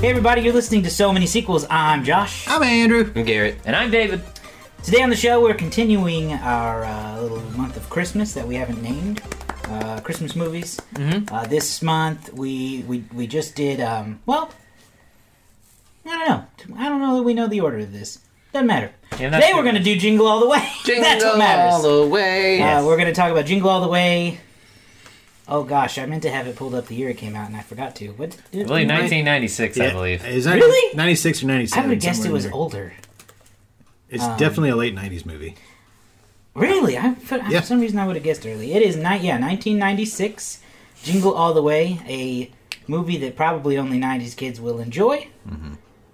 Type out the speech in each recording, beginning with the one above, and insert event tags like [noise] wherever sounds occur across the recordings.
Hey, everybody, you're listening to So Many Sequels. I'm Josh. I'm Andrew. I'm Garrett. And I'm David. Today on the show, we're continuing our uh, little month of Christmas that we haven't named uh, Christmas movies. Mhm. Uh, this month, we, we, we just did, um, well, I don't know. I don't know that we know the order of this. Doesn't matter. Yeah, that's Today, we're good. going to do Jingle All the Way. [laughs] that's what matters. all the way. Uh, we're going to talk about Jingle All the Way. Oh gosh, I meant to have it pulled up the year it came out and I forgot to. What? I believe 1996, I believe. Is that Really? 96 or I 97? would have guessed it somewhere in was um, there. older. It's definitely a late 90s movie. Really? I, for, Yeah. for some reason, I would have guessed early. It is ni- yeah, 1996. Jingle All the Way, a movie that probably only 90s kids will enjoy,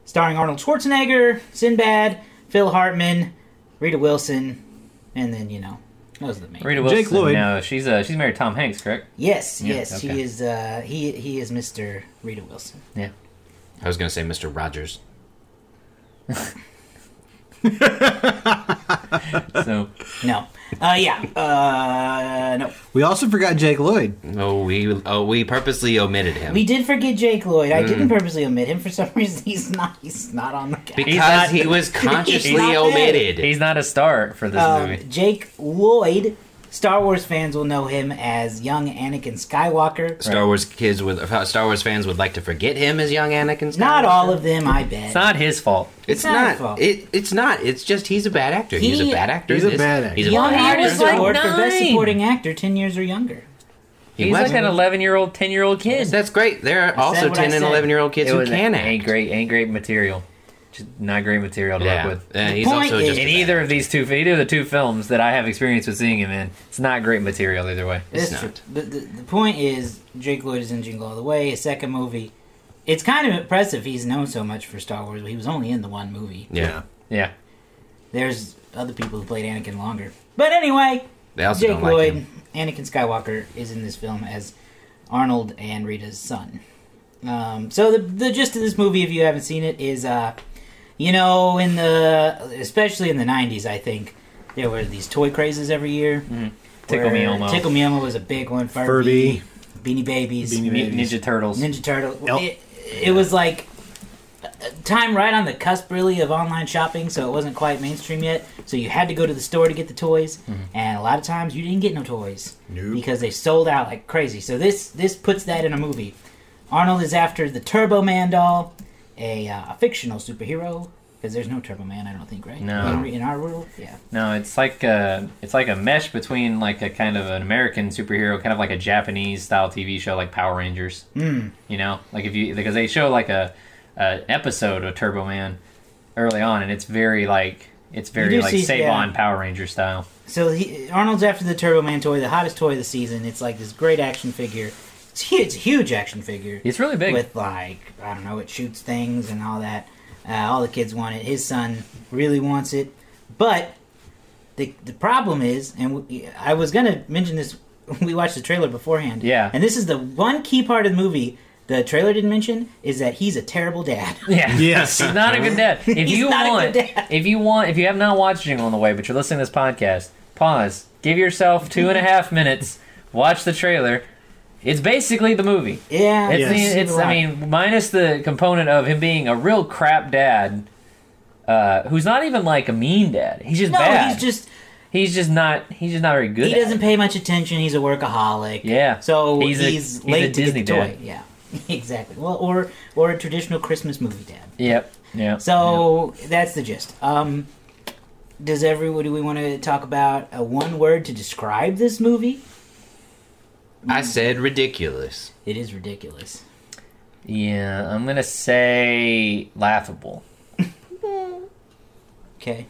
starring Arnold Schwarzenegger, Sinbad, Phil Hartman, Rita Wilson, and then you know those are the main. Rita Wilson. Jake Lloyd. No, she's uh, she's married to Tom Hanks, correct? Yes, Yeah, yes, okay. he is. Uh, he he is Mr. Rita Wilson. Yeah. I was gonna say Mr. Rogers. So No, uh, yeah, uh, no. We also forgot Jake Lloyd. Oh, we oh we purposely omitted him We did forget Jake Lloyd. I didn't purposely omit him for some reason. [laughs] He's not. He's not on the cast. because not- he was He's not consciously there. omitted. he's not a star for this Um, movie. Jake Lloyd. Star Wars fans will know him as young Anakin Skywalker. Star Wars kids would uh, Star Wars fans would like to forget him as young Anakin. Skywalker. Not all of them, I It's bet. not his fault. It's it's not not. his fault. it, it's not. It's just he's a bad actor. he's He- a bad actor. He's in a this. bad actor. He's a Young bad He actor. was Actors like Award for Best nine. Supporting Actor, ten years or younger. He He's like wasn't. an 11 year old, 10 year old kid. That's great. There are also what I ten and said. eleven year old kids it who was can ain't act. great, ain't great material. Just not great material to Yeah, work with. Uh, The he's point also is- just a In bad either of these two, either of the two films that I have experience with seeing him in, it's not great material either way. It's That's not. true. The, the, the point is, Jake Lloyd is in Jingle All the Way, his second movie. It's kind of impressive he's known so much for Star Wars, but he was only in the one movie. Yeah. Yeah, There's other people who played Anakin longer. But anyway, They also Jake don't like Lloyd, him. Anakin Skywalker, is in this film as Arnold and Rita's son. Um, so the the gist of this movie, if you haven't seen it, is uh, you know, in the especially in the '90s, I think there were these toy crazes every year. Tickle Me where Elmo. Tickle Me Elmo was a big one. Furby, Furby. Beanie Babies, Beanie Mutant Babies. Ninja Turtles. Ninja Turtle. Elf. It, it was like a- a time right on the cusp, really, of online shopping, so it wasn't quite mainstream yet. So you had to go to the store to get the toys, and a lot of times you didn't get no toys Nope. because they sold out like crazy. So this this puts that in a movie. Arnold is after the Turbo Man doll, a, uh, a fictional superhero. Because there's no Turbo Man, I don't think, right? No. In, in our world, yeah. No, it's like a, it's like a mesh between like a kind of an American superhero, kind of like a Japanese style TV show like Power Rangers. Hmm. Mm. You know, like if you because they show like a, a episode of Turbo Man early on, and it's very like it's very do like see- Saban yeah. Power Ranger style. So he, Arnold's after the Turbo Man toy, the hottest toy of the season. It's like this great action figure. It's huge, it's a huge action figure. It's really big. with like I don't know, it shoots things and all that. Uh, all the kids want it. His son really wants it, but the the problem is, and we, I was gonna mention this. [laughs] We watched the trailer beforehand. Yeah. and this is the one key part of the movie the trailer didn't mention is that he's a terrible dad. [laughs] yeah. [laughs] Yes. He's not a good dad. If He's you not a good want, dad. if you want, if you have not watched Jingle on the Way, but you're listening to this podcast, pause. Give yourself two and a half minutes. Watch the trailer. It's basically the movie. yeah, It's, Yes. the, it's I mean, minus the component of him being a real crap dad, uh, who's not even like a mean dad. He's just no, bad. he's just he's just not he's just not very good. he at it. doesn't pay much attention. He's a workaholic. Yeah. so he's, He's a- he's a late to Disney get the toy. dad. Yeah, [laughs] exactly. Well, or or a traditional Christmas movie dad. Yep. Yeah. So that's the gist. Um, does everyone do we want to talk about a one word to describe this movie? I said ridiculous. It is ridiculous. yeah, I'm gonna say laughable. Okay.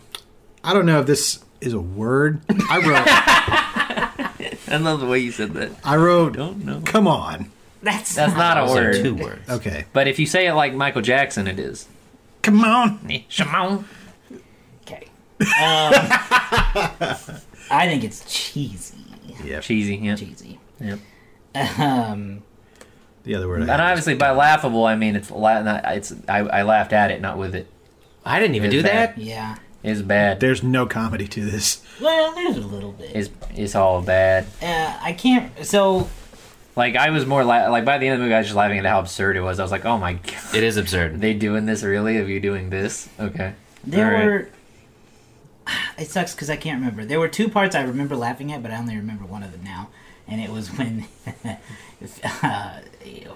I don't know if this is a word. I wrote, I love the way you said that. I wrote, Don't know. come on. That's, That's not a Those are word. two words. Okay. But if you say it like Michael Jackson, [laughs] it is. Come on. Shimon. okay. Um, I think it's cheesy. Cheesy. Yeah. Cheesy. Yep. Um, The other word I And had. obviously, by laughable, I mean it's la- not, it's I, I laughed at it, not with it. I didn't even It's do bad. that. yeah. It's bad. There's no comedy to this. Well, there's a little bit. It's it's all bad. Uh, I can't. So Like I was more la- like by the end of the movie, I was just laughing at how absurd it was. I was like, oh my [laughs] god, It is absurd. they doing this really? Are you doing this? Okay. There All right. were. [sighs] It sucks because I can't remember. There were two parts I remember laughing at, but I only remember one of them now. And it was when. [laughs] uh,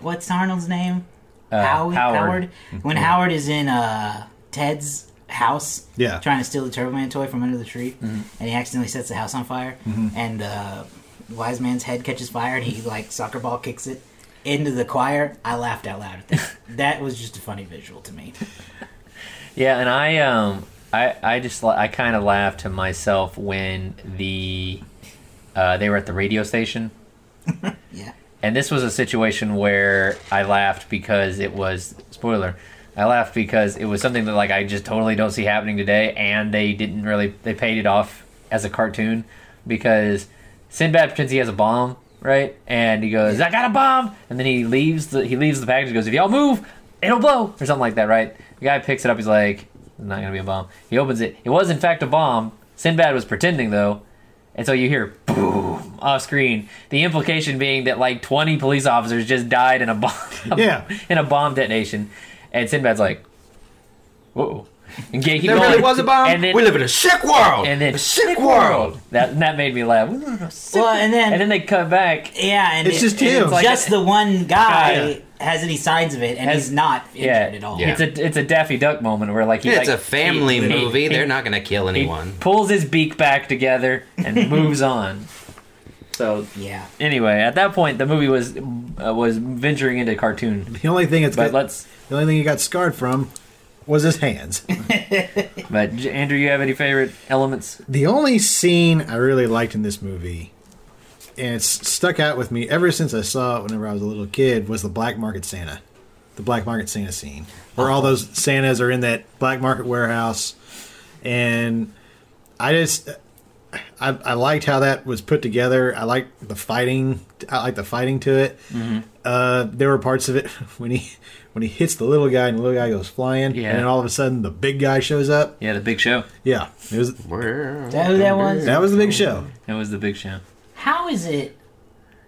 what's Arnold's name? Uh, Howie? Howard. Mm-hmm. When Howard is in uh, Ted's house Yeah. trying to steal the Turbo Man toy from under the tree, Mm-hmm. and he accidentally sets the house on fire, and uh, Wise Man's head catches fire, and he, like, soccer ball kicks it into the choir. I laughed out loud at [laughs] that. that was just a funny visual to me. Yeah, and I um I I just la- I kind of laughed to myself when the uh, they were at the radio station, Yeah. and this was a situation where I laughed because it was spoiler. I laughed because it was something that like I just totally don't see happening today, and they didn't really they paid it off as a cartoon because Sinbad pretends he has a bomb, right? And he goes, "I got a bomb," and then he leaves the he leaves the package. and goes, "If y'all move, it'll blow," or something like that, right? The guy picks it up. He's like, "It's "Not gonna be a bomb." He opens it. It was in fact a bomb. Sinbad was pretending though, and so you hear boom off screen. The implication being that like 20 police officers just died in a bomb [laughs] Yeah. in a bomb detonation. And Sinbad's like, whoa. And Gay, keep There going. really was a bomb. And then, we live in a sick world. and then a sick world. That, that made me laugh. We live in a sick Well, and then- and then they cut back. Yeah, and It's it- just and him. it's Like- just the one guy Yeah. has any signs of it, and Has- he's not injured Yeah, at all. Yeah. it's a it's a Daffy Duck moment where like he Yeah, like, it's a family he- he- movie. he- They're not going to kill he anyone. pulls his beak back together [laughs] and moves on. So Yeah. anyway, at that point, the movie was uh, was venturing into cartoon. The only thing it's But got, let's. the only thing he got scarred from was his hands. But J- Andrew, you have any favorite elements? The only scene I really liked in this movie, and it's stuck out with me ever since I saw it whenever I was a little kid, was the black market Santa. The black market Santa scene. Where all those Santas are in that black market warehouse. And I just I, I liked how that was put together. I liked the fighting I liked the fighting to it. Uh, there were parts of it [laughs] when he when he hits the little guy and the little guy goes flying, Yeah. and then all of a sudden the big guy shows up. Yeah, the Big Show. Yeah, it was Is that who that was? that was the big show. It was the Big Show. How is it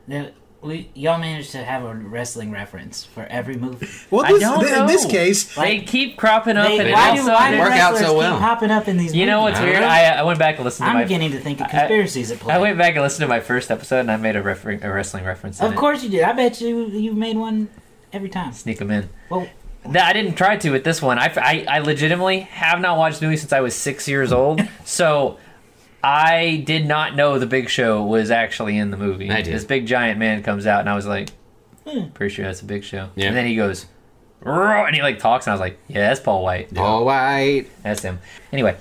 that we y'all managed to have a wrestling reference for every [laughs] movie? Well, I this, don't th- in this know. case, They keep cropping up. They, and why also, do, why do Work out wrestlers so well. keep popping up in these? you know movies? what's weird? I, I went back and listened to I'm my. beginning to think of conspiracies at play. I went back and listened to my first episode, and I made a, refer- a wrestling reference. in of it. course you did. I bet you you made one every time. sneak them in. Well, That I didn't try to with this one. I, I, I legitimately have not watched the movie since I was six years [laughs] old. so I did not know the Big Show was actually in the movie. I did. This big giant man comes out, and I was like, Hmm. pretty sure that's a Big Show. Yeah. And then he goes, "Roar," and he like talks, and I was like, yeah, that's Paul White. All white. That's him. Anyway,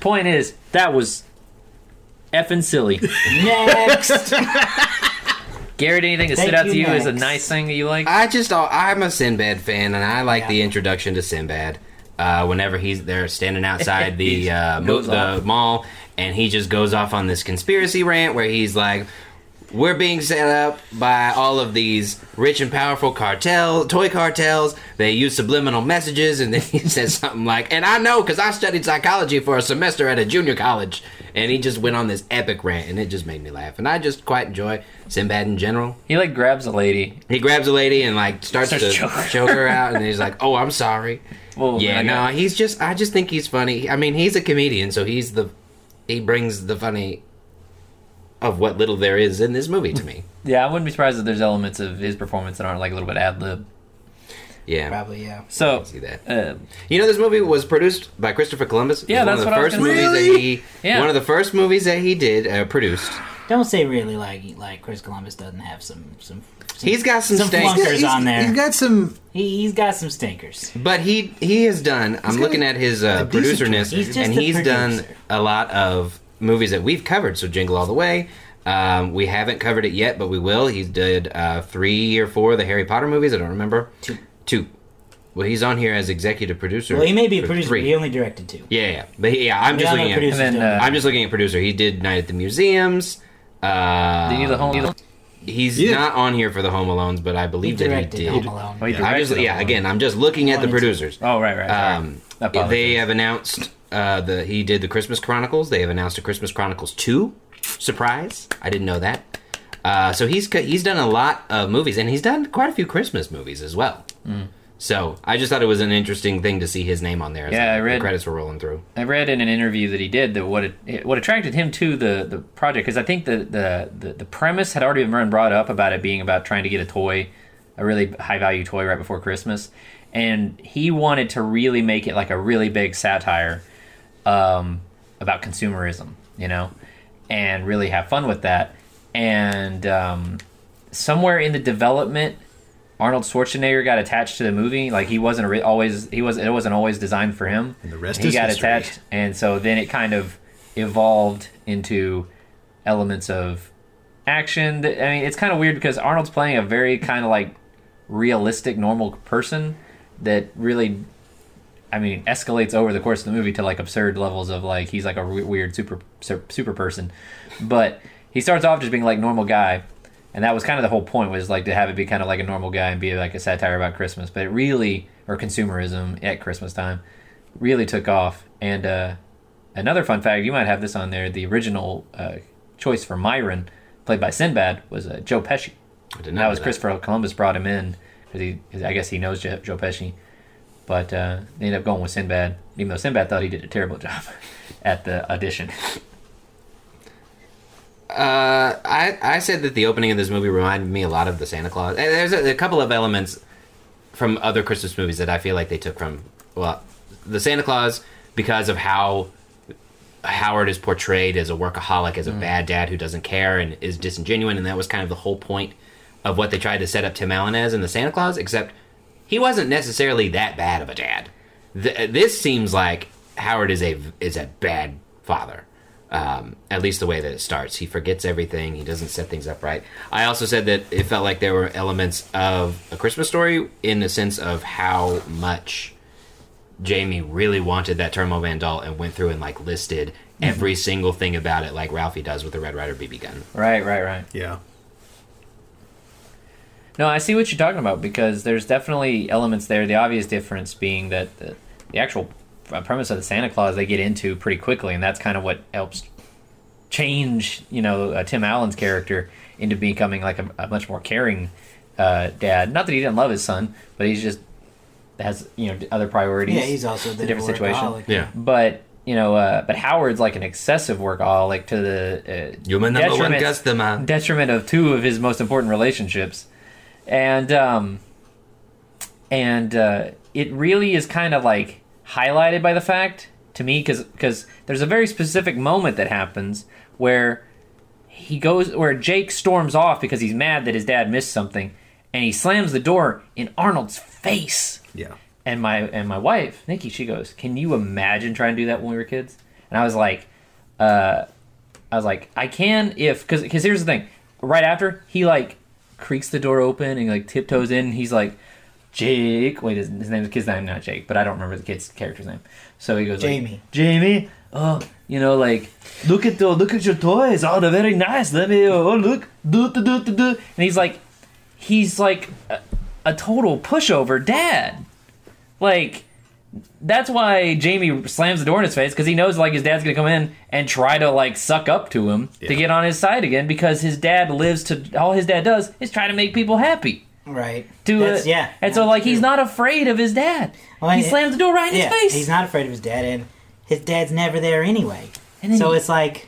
point is that was effing [laughs] silly. next. [laughs] Garrett, anything that stood Thank out to you, you is a next. nice thing that you like? I just I'm a Sinbad fan, and I like Yeah. the introduction to Sinbad. Uh, whenever he's there [laughs] standing outside the uh, mo- goes the off. mall, and he just goes off on this conspiracy rant where he's like, "We're being set up by all of these rich and powerful cartel toy cartels. They use subliminal messages." And then [laughs] he says something like, "And I know because I studied psychology for a semester at a junior college." And he just went on this epic rant, and it just made me laugh. And I just quite enjoy Sinbad in general. he like grabs a lady. He grabs a lady and like starts Starts to choking her. choke her out, and he's like, "Oh, I'm sorry." Well, yeah, I no, got- he's just. I just think he's funny. I mean, he's a comedian, so he's the he brings the funny of what little there is in this movie to [laughs] me. Yeah, I wouldn't be surprised if there's elements of his performance that aren't like a little bit ad lib. Yeah, Probably yeah. So, see that. uh, You know, this movie was produced by Christopher Columbus. It was Yeah, that's one what I was of the first gonna movies say. Really? that he Yeah. one of the first movies that he did uh, produced. Don't say really like like Chris Columbus doesn't have some some. some He's got some, Some stakes. flunk- Bunkers on there. he's got some. He, he's got some stinkers. But he he has done. I'm got looking at his uh, a decent producerness, career. He's just and a he's done producer. a lot of movies that we've covered. So Jingle All the Way. Um, we haven't covered it yet, but we will. He did uh, three or four of the Harry Potter movies. I don't remember. Two. Two. Well, he's on here as executive producer. Well, he may be a for producer, but three. he only directed two. Yeah, yeah. But he, yeah, I'm We just all know looking at. producers And then, don't. uh, I'm just looking at producer. He did Night at the Museums. Uh, did you the whole? you the- he's Yeah. not on here for the Home Alones, but I he believe that directed he Home did. Alone. Oh, he I directed just, the yeah. whole- Again, I'm just looking at the Wanted to. producers. Oh right, right. right. Um, I apologize. they have announced uh, the he did the Christmas Chronicles. They have announced a Christmas Chronicles two surprise. I didn't know that. Uh, so he's co- he's done a lot of movies, and he's done quite a few Christmas movies as well. Hmm. So I just thought it was an interesting thing to see his name on there. As Yeah, the- I read- the credits were rolling through. I read in an interview that he did that what it, what attracted him to the, the project because I think the, the, the, the premise had already been brought up about it being about trying to get a toy, a really high value toy right before Christmas, and he wanted to really make it like a really big satire um, about consumerism, you know, and really have fun with that. And um, somewhere in the development, Arnold Schwarzenegger got attached to the movie. Like he wasn't ri- always he was it wasn't always designed for him. And the rest he is got history. attached, and so then it kind of evolved into elements of action. That, I mean, it's kind of weird because Arnold's playing a very kind of like realistic, normal person that really I mean, escalates over the course of the movie to like absurd levels of like he's like a w- weird super sur- super person, but he starts off just being like normal guy, and that was kind of the whole point was like to have it be kind of like a normal guy and be like a satire about Christmas, but it really or consumerism at Christmas time really took off. And uh, another fun fact, you might have this on there: the original uh, choice for Myron, played by Sinbad, was uh, Joe Pesci. I did And not that know was Christopher Columbus brought him in because he, 'cause I guess he knows Joe, Joe Pesci, but uh, they ended up going with Sinbad, even though Sinbad thought he did a terrible [laughs] job at the audition. Uh, I I said that the opening of this movie reminded me a lot of the Santa Claus. And there's a, a couple of elements from other Christmas movies that I feel like they took from well, the Santa Claus because of how Howard is portrayed as a workaholic, as a bad dad who doesn't care and is disingenuous, and that was kind of the whole point of what they tried to set up Tim Allen as in the Santa Claus. Except he wasn't necessarily that bad of a dad. Th- uh, this seems like Howard is a is a bad father. Um, at least the way that it starts, he forgets everything. He doesn't set things up right. I also said that it felt like there were elements of a Christmas story in the sense of how much Jamie really wanted that Termo Vandal and went through and like listed every single thing about it, like Ralphie does with the Red Rider BB gun. right, right, right. Yeah. No, I see what you're talking about because there's definitely elements there. The obvious difference being that the, the actual uh, premise of the Santa Claus they get into pretty quickly, and that's kind of what helps change, you know, uh, Tim Allen's character into becoming like a, a much more caring uh, dad. Not that he didn't love his son, but he's just has you know other priorities. Yeah, he's also the a different situation. workaholic. Yeah, But you know, uh, but Howard's like an excessive workaholic to the uh, human number one detriment- customer. detriment of two of his most important relationships, and um, and uh, it really is kind of like highlighted by the fact to me because there's a very specific moment that happens where he goes where Jake storms off because he's mad that his dad missed something, and he slams the door in Arnold's face Yeah. and my and my wife Nikki, she goes, "Can you imagine trying to do that when we were kids?" And I was like, uh, I was like, I can if because because here's the thing. Right after he like creaks the door open and like tiptoes in, and he's like, Jake. Wait, his, his name his kid's name not Jake, but I don't remember the kid's character's name. So he goes, like, Jamie. Jamie. Oh, you know, like look at the look at your toys. Oh, they're very nice. Let me. Oh, look. Do do do do do. And he's like, he's like a, a total pushover dad. Like that's why Jamie slams the door in his face because he knows like his dad's gonna come in and try to like suck up to him to Yeah. get on his side again because his dad lives to all his dad does is try to make people happy. Right. To That's- it. yeah. and so that's like he's true. not afraid of his dad. Well, he and- slams the door right in yeah, his face. He's not afraid of his dad, and his dad's never there anyway. And then so he- it's like,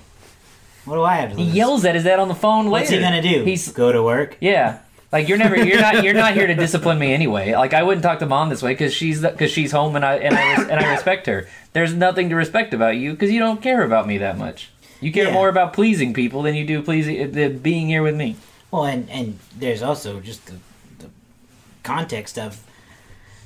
what do I have to He lose? yells at his dad on the phone later. What's he gonna do? He's go to work. yeah. Like you're never you're not you're not [laughs] here to discipline me anyway. Like I wouldn't talk to mom this way because she's because she's home and I and I res- and I respect her. There's nothing to respect about you because you don't care about me that much. You care Yeah. more about pleasing people than you do pleasing uh, than being here with me. Well, and and there's also just the, the context of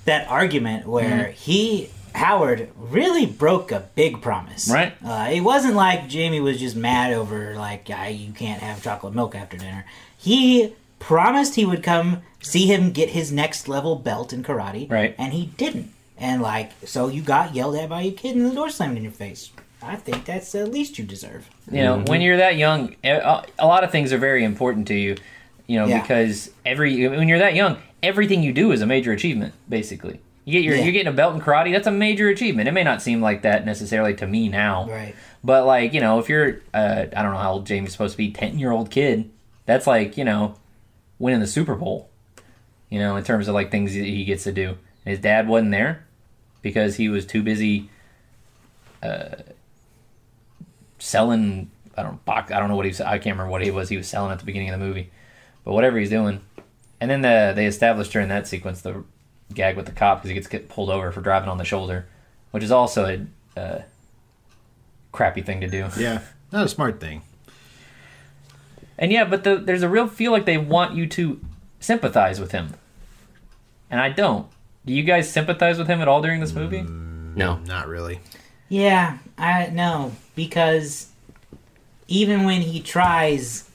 that argument Mm-hmm. where he Howard really broke a big promise. Right. Uh, it wasn't like Jamie was just mad over like I, you can't have chocolate milk after dinner. He promised he would come see him get his next level belt in karate. Right. And he didn't. And like so, you got yelled at by your kid and the door slammed in your face. I think that's the least you deserve. You know, when you're that young, eh, a a lot of things are very important to you. You know, Yeah. because every when you're that young, everything you do is a major achievement. Basically, you get your Yeah. you're getting a belt in karate. That's a major achievement. It may not seem like that necessarily to me now, Right. But like you know, if you're, uh, I don't know how old Jamie's supposed to be, ten year old kid, that's like you know winning the Super Bowl. You know, in terms of like things that he gets to do. And his dad wasn't there because he was too busy uh, selling. I don't box. I don't know what he was. I can't remember what he was. He was selling at the beginning of the movie, but whatever he's doing. And then the, they established during that sequence the gag with the cop because he gets get pulled over for driving on the shoulder, which is also a uh, crappy thing to do. Yeah, not a smart thing. And yeah, but the, there's a real feel like they want you to sympathize with him, and I don't. Do you guys sympathize with him at all during this movie? No. Not really. Yeah, I no, because even when he tries,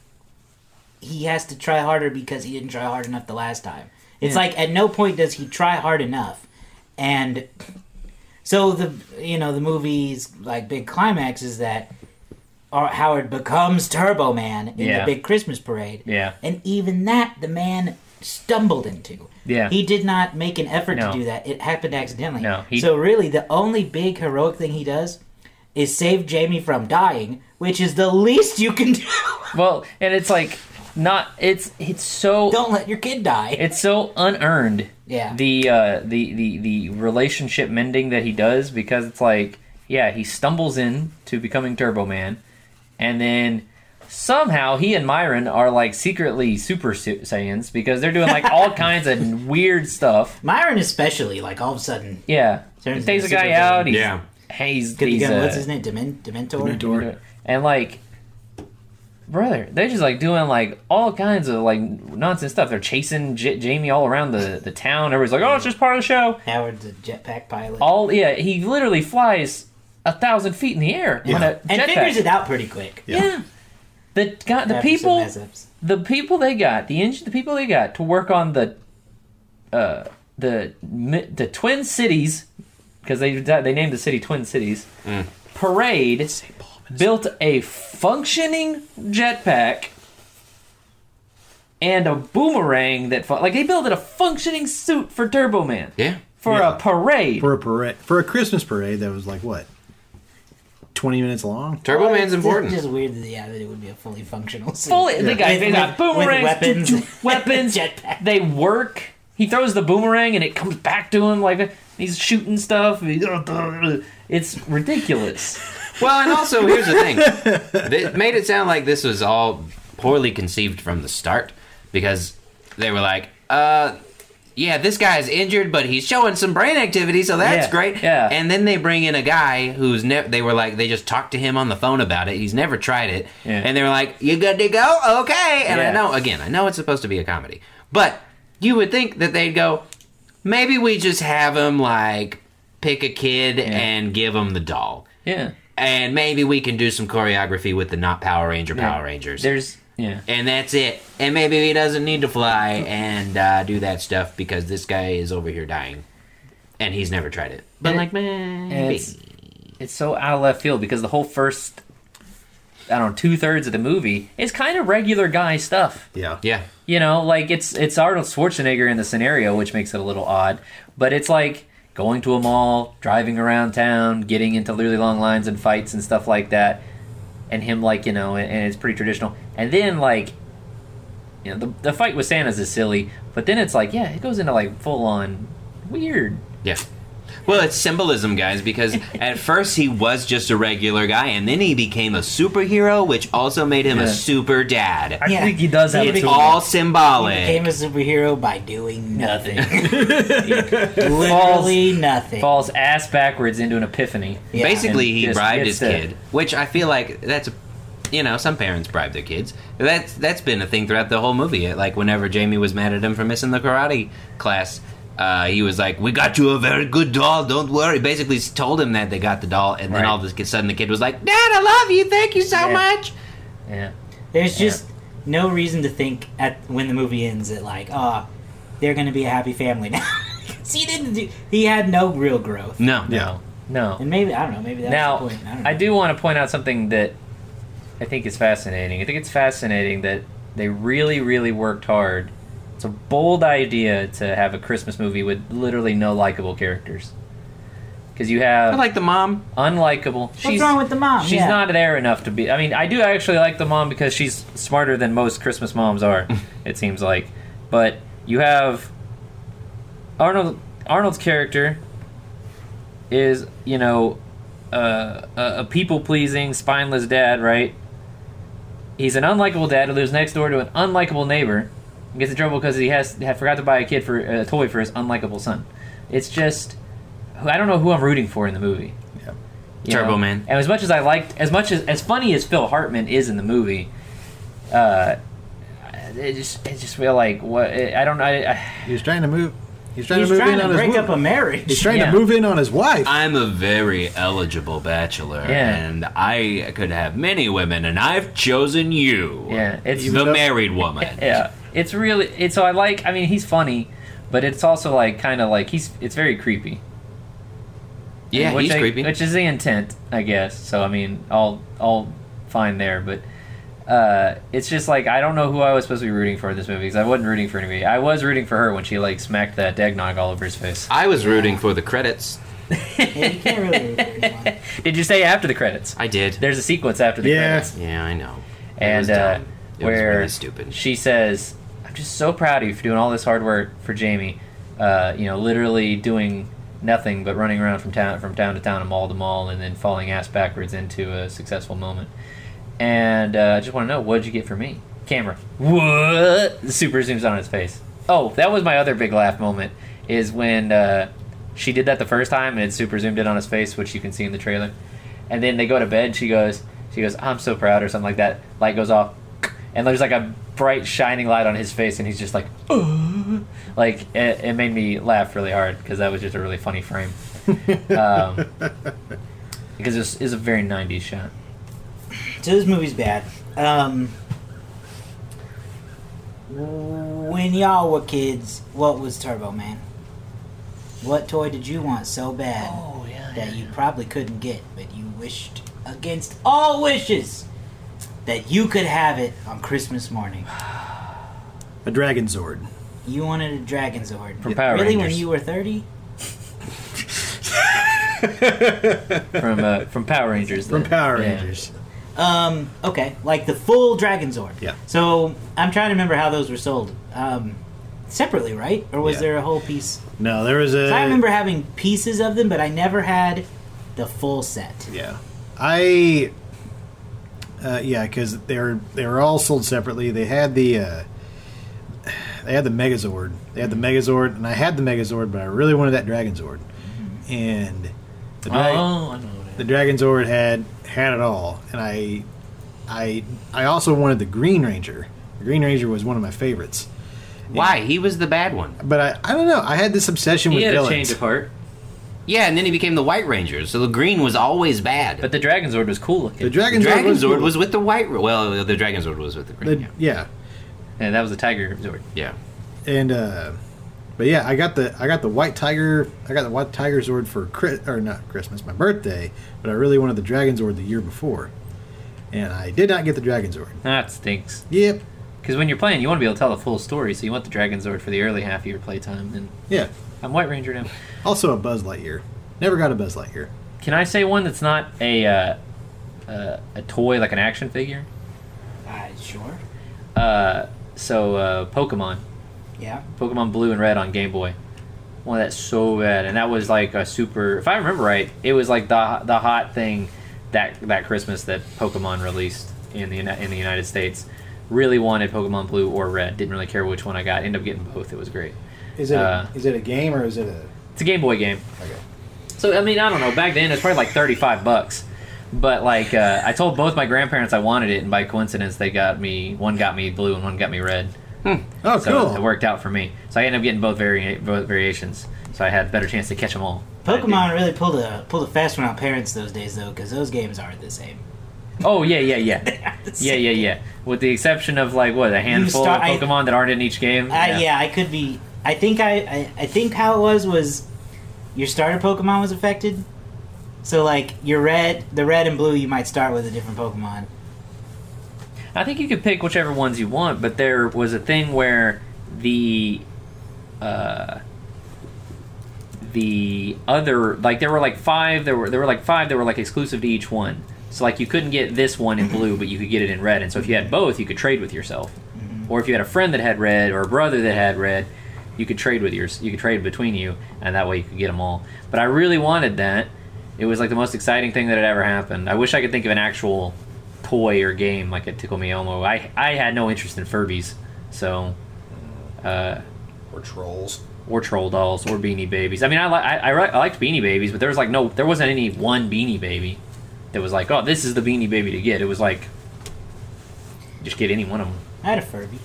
he has to try harder because he didn't try hard enough the last time. It's Yeah. like at no point does he try hard enough, and so the you know the movie's like big climax is that Ar- Howard becomes Turbo Man in Yeah. the big Christmas parade, Yeah. and even that the man stumbled into. Yeah. he did not make an effort No. to do that. It happened accidentally. No, he- so really, the only big heroic thing he does is save Jamie from dying, which is the least you can [laughs] do. Well, and it's like not. It's it's so Don't let your kid die. it's so unearned. Yeah. The uh, the the the relationship mending that he does because it's like yeah he stumbles in to becoming Turbo Man, and then somehow he and Myron are like secretly Super Sa- Saiyans because they're doing like [laughs] all kinds of weird stuff. Myron especially, like all of a sudden, Yeah. Turns He takes a into guy Super Saiyan. out. He's, Yeah. Hey, he's, could be he's, going, what's uh, his name? Demen- Dementor. Door. and like brother they're just like doing like all kinds of like nonsense stuff they're chasing J- jamie all around the, the town everybody's like oh it's just part of the show Howard's a jetpack pilot. all yeah he literally flies a thousand feet in the air on Yeah. a and jetpack. figures it out pretty quick. yeah, the got After the some people mess-ups. the people they got the engine the people they got to work on the uh the mi- the twin cities because they they named the city twin cities parade built a functioning jetpack and a boomerang that fu- like they built a functioning suit for Turbo Man Yeah. for a Yeah. parade. For a parade, for a Christmas parade that was like what, twenty minutes long. Turbo Well, Man's it's just- important. Just weird that yeah, that it would be a fully functional. Suit. Fully, they got, With- they got with- with boomerangs, weapons. weapons, [laughs] [laughs] weapons. Jetpack. They work. He throws the boomerang and it comes back to him like he's shooting stuff. [laughs] It's ridiculous. Well, and also here's the thing. They made it sound like this was all poorly conceived from the start because they were like, uh yeah, this guy's injured, but he's showing some brain activity, so that's Yeah, great. yeah. And then they bring in a guy who's never. They were like, they just talked to him on the phone about it. He's never tried it, Yeah. and they were like, "You good to go? Okay." And Yeah. I know, again, I know it's supposed to be a comedy, but you would think that they'd go, maybe we just have him like pick a kid and give him the doll Yeah, and maybe we can do some choreography with the not Power Ranger Power Rangers. there's yeah. and that's it. And maybe he doesn't need to fly and uh, do that stuff because this guy is over here dying, and he's never tried it. But And like, man, it's- It's so out of left field because the whole first, I don't know, two thirds of the movie is kind of regular guy stuff. Yeah. yeah, You know, like it's it's Arnold Schwarzenegger in the scenario, which makes it a little odd. But it's like going to a mall, driving around town, getting into really long lines and fights and stuff like that, and him like you know, and, and it's pretty traditional. And then like, you know, the the fight with Santa's is silly, but then it's like yeah, it goes into like full on weird. yeah. Well, it's symbolism, guys, [laughs] because at first he was just a regular guy, and then he became a superhero, which also made him Yeah. a super dad. I Yeah. think he does have He a became- tool. [laughs] All Became symbolic. a superhero by doing nothing. Literally nothing. falls ass backwards into an epiphany. Yeah. Basically, And he just bribed his gets to- kid, which I feel like that's, you know, some parents bribe their kids. That's that's been a thing throughout the whole movie. Like whenever Jamie was mad at him for missing the karate class, uh, he was like, "We got you a very good doll. Don't worry." Basically, s- told him that they got the doll, and then Right. all of a sudden, the kid was like, "Dad, I love you. Thank you so Yeah. much." Yeah. There's just no reason to think at when the movie ends that like, ah, they're gonna be a happy family [laughs] now. See, he didn't. Do, he had no real growth. No, Yeah. No. And maybe I don't know. Maybe that's now, the point. I don't know. I, do want to point out something that I think is fascinating. I think it's fascinating that they really, really worked hard. It's a bold idea to have a Christmas movie with literally no likable characters. because you have I like the mom. unlikable. She's, wrong with the mom? She's Yeah. not there enough to be. I mean, I do actually like the mom because she's smarter than most Christmas moms are. it seems like, but you have Arnold. Arnold's character is you know uh, a, a people pleasing, spineless dad, right? He's an unlikable dad who lives next door to an unlikable neighbor. And gets in trouble because he has had forgot to buy a kid for a toy for his unlikable son. It's just I don't know who I'm rooting for in the movie. Yeah. You Turbo Man. And as much as I liked, as much as as funny as Phil Hartman is in the movie, uh, it just it just feel like what I don't know. I, I, He's trying to move. He's trying He's to move trying in to on his. break wo- up a marriage. [laughs] he's [laughs] trying Yeah. to move in on his wife. I'm a very eligible bachelor, Yeah. and I could have many women, and I've chosen you. Yeah, it's- the Even- married woman. [laughs] yeah it's really it's so i like i mean he's funny but it's also like kind of like he's it's very creepy yeah, which he's I- creepy. which is the intent i guess so i mean all all fine there but uh it's just like i don't know who i was supposed to be rooting for in this movie because i wasn't rooting for anybody i was rooting for her when she like smacked that eggnog all over his face I was rooting for the credits. Yeah, you can't really root for anyone. did you say after the credits I did. there's a sequence after the Yeah. credits yeah, I know. It and was uh, dumb. It was where really stupid. she says, "I'm just so proud of you for doing all this hard work for Jamie. Uh, you know, literally doing nothing but running around from town from town to town and mall to mall, and then falling ass backwards into a successful moment. And uh, I just want to know, what'd you get for me? Camera. What? Super zooms on his face. Oh, that was my other big laugh moment. Is when uh, she did that the first time and it super zoomed in on his face, which you can see in the trailer. And then they go to bed. She goes, she goes, I'm so proud or something like that. Light goes off, and there's like a bright shining light on his face, and he's just like, "Ugh." like it, it made me laugh really hard because that was just a really funny frame. um, because it's is a very '90s shot. So this movie's bad. Um, when y'all were kids, what was Turbo Man? What toy did you want so bad Oh, yeah, that you probably couldn't get, but you wished against all wishes that you could have it on Christmas morning? a dragon zord. You wanted a Dragon Zord. From Power really, when Rangers. you were 30? from uh, from Power Rangers. From then. Power Yeah. Rangers. Um, okay, like the full Dragon Zord. Yeah. So I'm trying to remember how those were sold. Um, separately, right? Or was Yeah. there a whole piece? No, there was a. I remember having pieces of them, but I never had the full set. Yeah, I. Uh, yeah, because they were they were all sold separately. They had the uh, they had the Megazord. They had Mm-hmm. the Megazord, and I had the Megazord, but I really wanted that Dragon Zord. Mm-hmm. And the, Oh, I Dra- know. what the it Dragon Zord had had it all, and I I I also wanted the Green Ranger. The Green Ranger was one of my favorites, Why? He was the bad one. but I, I don't know. I had this obsession is. He with had a villains. change of heart, Yeah, and then he became the White Ranger, so the green was always bad. but the Dragon Zord was cool the looking. the Dragon, Dragon was, Zord cool. was with the White Ra- Well, the Dragon Zord was with the green. The- yeah. and that was the Tiger Zord. yeah. and uh but yeah i got the i got the white tiger i got the white tiger zord for Chri- or not christmas my birthday but i really wanted the dragon zord the year before and i did not get the dragon zord That stinks. yep Because when you're playing, you want to be able to tell the full story, so you want the Dragon Zord for the early half of your playtime. And yeah I'm White Ranger now. also a buzz lightyear never got a buzz lightyear Can I say one that's not a uh, uh, a toy like an action figure? Uh, sure. Uh, so uh, Pokemon, Yeah. Pokemon Blue and Red on Game Boy. One that's so bad, and that was like a super. If I remember right, it was like the the hot thing that that Christmas that Pokemon released in the Uni- in the United States. Really wanted Pokemon Blue or Red. Didn't really care which one I got. Ended up getting both. It was great. is it a- Uh, is it a game or is it a It's a Game Boy game. okay So I mean, I don't know. Back then, it's probably like thirty-five bucks. But like, uh, I told both my grandparents I wanted it, and by coincidence, they got me one got me blue and one got me red. oh So it cool worked out for me. So I ended up getting both vari- both variations. So I had a better chance to catch them all. Pokemon really pulled a pulled a fast one on parents those days though, because those games aren't the [laughs] same. Oh yeah, yeah, [laughs] yeah, yeah, yeah, yeah. With the exception of like what a handful start- I- of Pokemon that aren't in each game. Uh, yeah. I could be. I think I, I I think how it was was your starter Pokemon was affected. So like your red, the red and blue, you might start with a different Pokemon. I think you could pick whichever ones you want, but there was a thing where the uh, the other like there were like five there were there were like five that were like exclusive to each one. So like you couldn't get this one in blue, but you could get it in red. And so if you had both, you could trade with yourself. Or if you had a friend that had red or a brother that had red, you could trade with yours. You could trade between you, and that way you could get them all. But I really wanted that. It was like the most exciting thing that had ever happened. I wish I could think of an actual toy or game like a Tickle Me Elmo. I I had no interest in Furbies, so uh, Or trolls. or troll dolls or Beanie Babies. I mean, I li- I, I, ri- I liked Beanie Babies, but there was like no, there wasn't any one Beanie Baby that was like, oh, this is the Beanie Baby to get. It was like, just get any one of them. I had a Furby.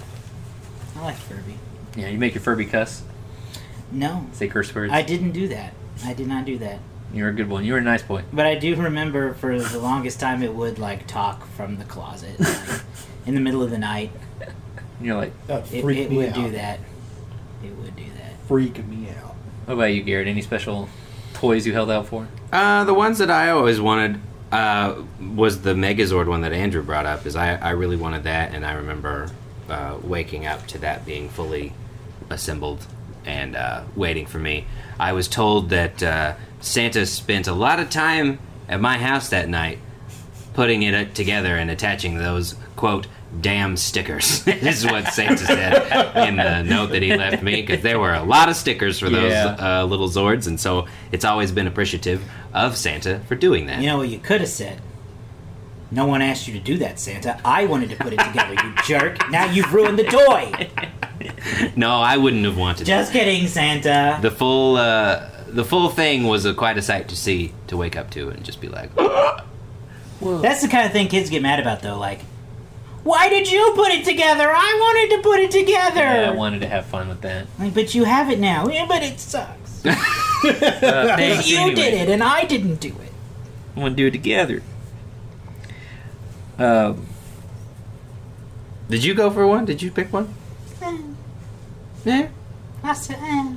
I liked Furby. Yeah, you make your Furby cuss, No, say curse words. I didn't do that. I did not do that. You're a good one. You're a nice boy. But I do remember for the longest time it would like talk from the closet like, in the middle of the night. And you're like, That It, freaked it me would out. do that. It would do that. Freaked me out. what about you, Garrett? Any special toys you held out for? Uh, the ones that I always wanted uh, was the Megazord one that Andrew brought up. Is I, I really wanted that, and I remember uh, waking up to that being fully assembled and uh, waiting for me. I was told that uh, Santa spent a lot of time at my house that night putting it together and attaching those quote damn stickers [laughs] this is what santa said in the note that he left me because there were a lot of stickers for those Yeah. uh, little zords and so it's always been appreciative of santa for doing that You know what you could have said? No one asked you to do that, Santa. I wanted to put it together, you jerk. Now you've ruined the toy. no i wouldn't have wanted Just kidding, Santa. the full uh, the full thing was a, quite a sight to see to wake up to and just be like That's the kind of thing kids get mad about, though. Like, why did you put it together? I wanted to put it together. Yeah, I wanted to have fun [laughs] with that. like, but you have it now. Yeah, but it [laughs] sucks. Uh, thanks you anyway. did it, and I didn't do it. I'm gonna do it together. Um, did you go for one did you pick one Eh, yeah I said, eh.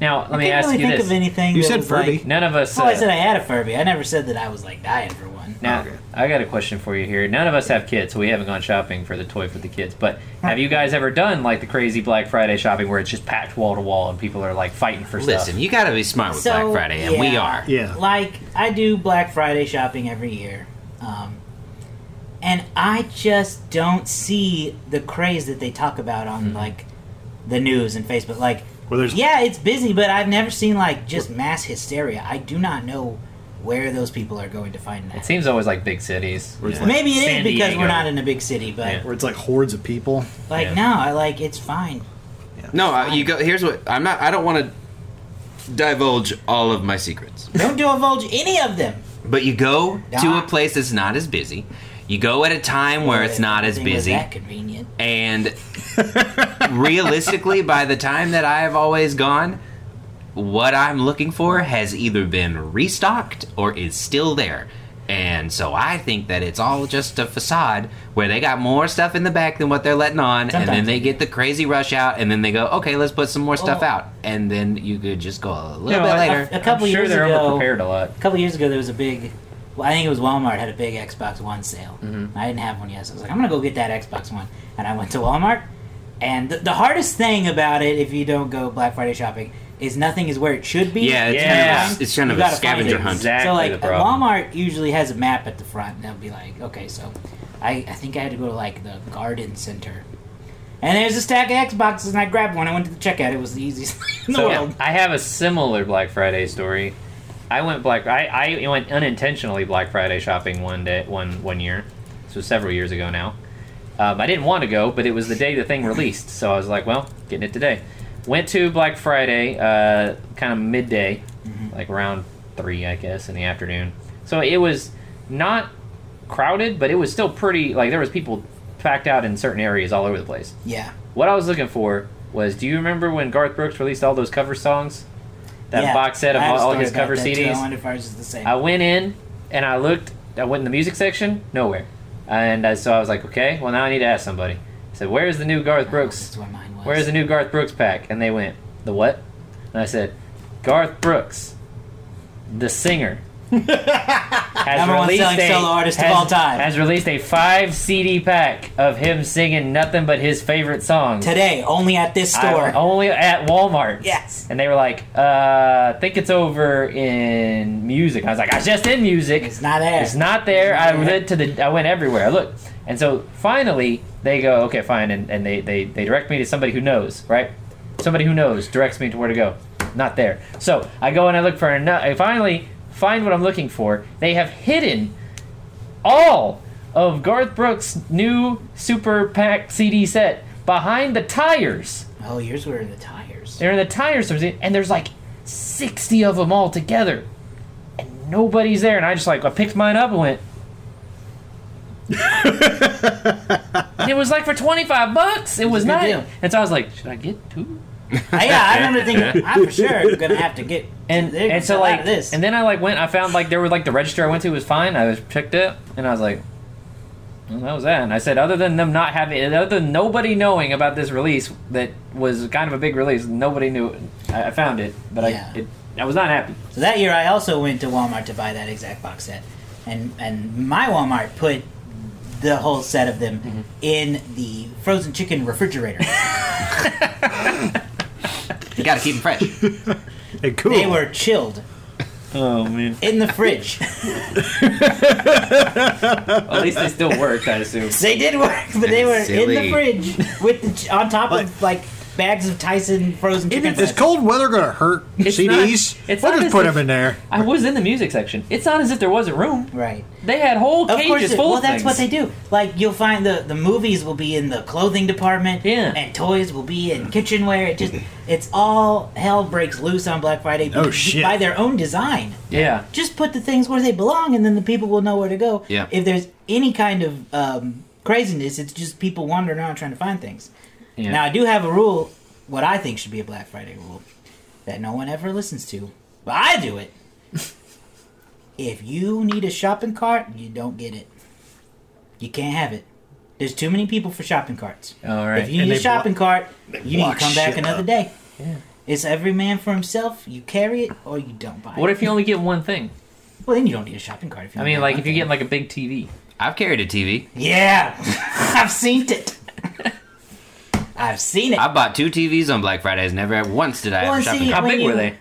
now let I me can't ask really you think this. of anything. You that said was Furby. Like, None of us. oh, I uh, said I had a Furby. I never said that I was like dying for one. Now, Okay. I got a question for you here. None of us have kids, so we haven't gone shopping for the toy for the kids. But have you guys ever done like the crazy Black Friday shopping where it's just packed wall to wall and people are like fighting for listen stuff? you gotta be smart with So, black friday and we yeah. are Yeah. Like I do Black Friday shopping every year, um, and I just don't see the craze that they talk about on Mm-hmm. like the news and Facebook. Like, Well, there's- yeah, it's busy, but I've never seen like just mass hysteria. I do not know where those people are going to find It that. seems always like big cities. Where it's like, Maybe it is San because Diego. we're not in a big city, but Yeah. [laughs] where it's like hordes of people. like Yeah. no, I like it's fine. No, uh, you go. Here's what I'm not. I don't want to divulge all of my secrets. Don't divulge any of them. But you go to Nah. a place that's not as busy. You go at a time where it's not as Everything was busy, That convenient. and realistically, by the time that I have always gone, what I'm looking for has either been restocked or is still there. And so I think that it's all just a facade where they got more stuff in the back than what they're letting on, and then Sometimes. they get the crazy rush out, and then they go, okay, let's put some more stuff Well- out, and then you could just go a No, little bit I- later. A couple I'm sure years they're ago- overprepared a lot. A couple years ago, there was a big. Well, I think it was Walmart had a big Xbox One sale. Mm-hmm. I didn't have one yet, so I was like, I'm gonna go get that Xbox One, and I went to Walmart. And the, the hardest thing about it, if you don't go Black Friday shopping, is nothing is where it should be. yeah, it's Yeah. kind of a, it's kind You of a gotta find scavenger it. hunt. Exactly so like the problem. Walmart usually has a map at the front, and they'll be like, okay, so I, I think I had to go to like the garden center, and there's a stack of Xboxes, and I grabbed one. I went to the checkout. It was the easiest [laughs] thing in the So world. I have a similar Black Friday story. I went Black. I, I went unintentionally Black Friday shopping one day, one one year. This was several years ago now. Um, I didn't want to go, but it was the day the thing released, so I was like, "Well, getting it today." Went to Black Friday, uh, kind of midday, like around three, I guess, in the afternoon. So it was not crowded, but it was still pretty. Like there was people packed out in certain areas all over the place. Yeah. What I was looking for was do you remember when Garth Brooks released all those cover songs? That Yeah. box set of I had a all, all story his about cover that, too. I CDs? wonder if ours is the same. I went in and I looked. I went in the music section, nowhere. And I, so I was like, okay, well, now I need to ask somebody. I said, where's the new Garth Brooks? That's where mine was. Where's the new Garth Brooks pack? And they went, the what? [laughs] And I said, Garth Brooks, the singer. has Number one selling solo artist of has- all time. Has released a five CD pack of him singing nothing but his favorite songs. Today, only at this I- store. only at Walmart. Yes. And they were like, uh, I think it's over in music. I was like, I was just in music. It's not there. It's not there. I Yeah. went to the. I went everywhere. I looked, and so finally they go, okay, fine, and, and they, they they direct me to somebody who knows, right? Somebody who knows directs me to where to go. Not there. So I go and I look for. An, I finally find what I'm looking for. They have hidden all of Garth Brooks' new super pack CD set behind the tires. Oh, yours were in the tires. They're in the tires, and there's like 60 of them all together. And nobody's there. And I just like, I picked mine up [laughs] and went. And it was like for 25 bucks. It was a good not. deal. And so I was like, should I get two? Uh, yeah, I remember thinking, I'm for sure gonna have to get. And, they're and gonna sell so out like of this. and then I like went I found like there was like the register I went to was fine I was picked up and I was like well, that was that and I said other than them not having other than nobody knowing about this release that was kind of a big release nobody knew it. I, I found it but Yeah. I it, I was not happy so that year, I also went to Walmart to buy that exact box set, and and my Walmart put the whole set of them in the frozen chicken refrigerator. You gotta keep them fresh. Hey, cool. they were chilled Oh man. in the fridge. At least they still worked, I assume. they did work, but they were in the Silly. fridge with the, ch- on top of like bags of Tyson frozen chicken. Is breasts. cold weather going to hurt It's CDs? not- it's we'll not just as put if- them in there. I was in the music section. It's not as if there was a room. Right. They had whole Of course, cages it- full well, of that's what they things. do. Like you'll find the the movies will be in the clothing department, Yeah. and toys will be in kitchenware. It just it's all hell breaks loose on Black Friday. Oh, by- shit. By their own design, Yeah. just put the things where they belong, and then the people will know where to go. Yeah. If there's any kind of um, craziness, it's just people wandering around trying to find things. Yeah. Now I do have a rule, what I think should be a Black Friday rule, that no one ever listens to, but I do [laughs] it. if you need a shopping cart, you don't get it. You can't have it. There's too many people for shopping carts. All right. If you And need a they blo- shopping cart, you need to block come back shit another up. day. Yeah. It's every man for himself. You carry it or you don't buy what it. if you only get one thing? well, then you don't need a shopping cart. If you I only mean, have like one if you thing. get like a big TV. I've carried a TV. yeah, [laughs] I've seen [laughs] it. I've seen it. I bought two TVs on Black Fridays. Never at once did I Well, and have a shopping see- How cart. When big were you- they?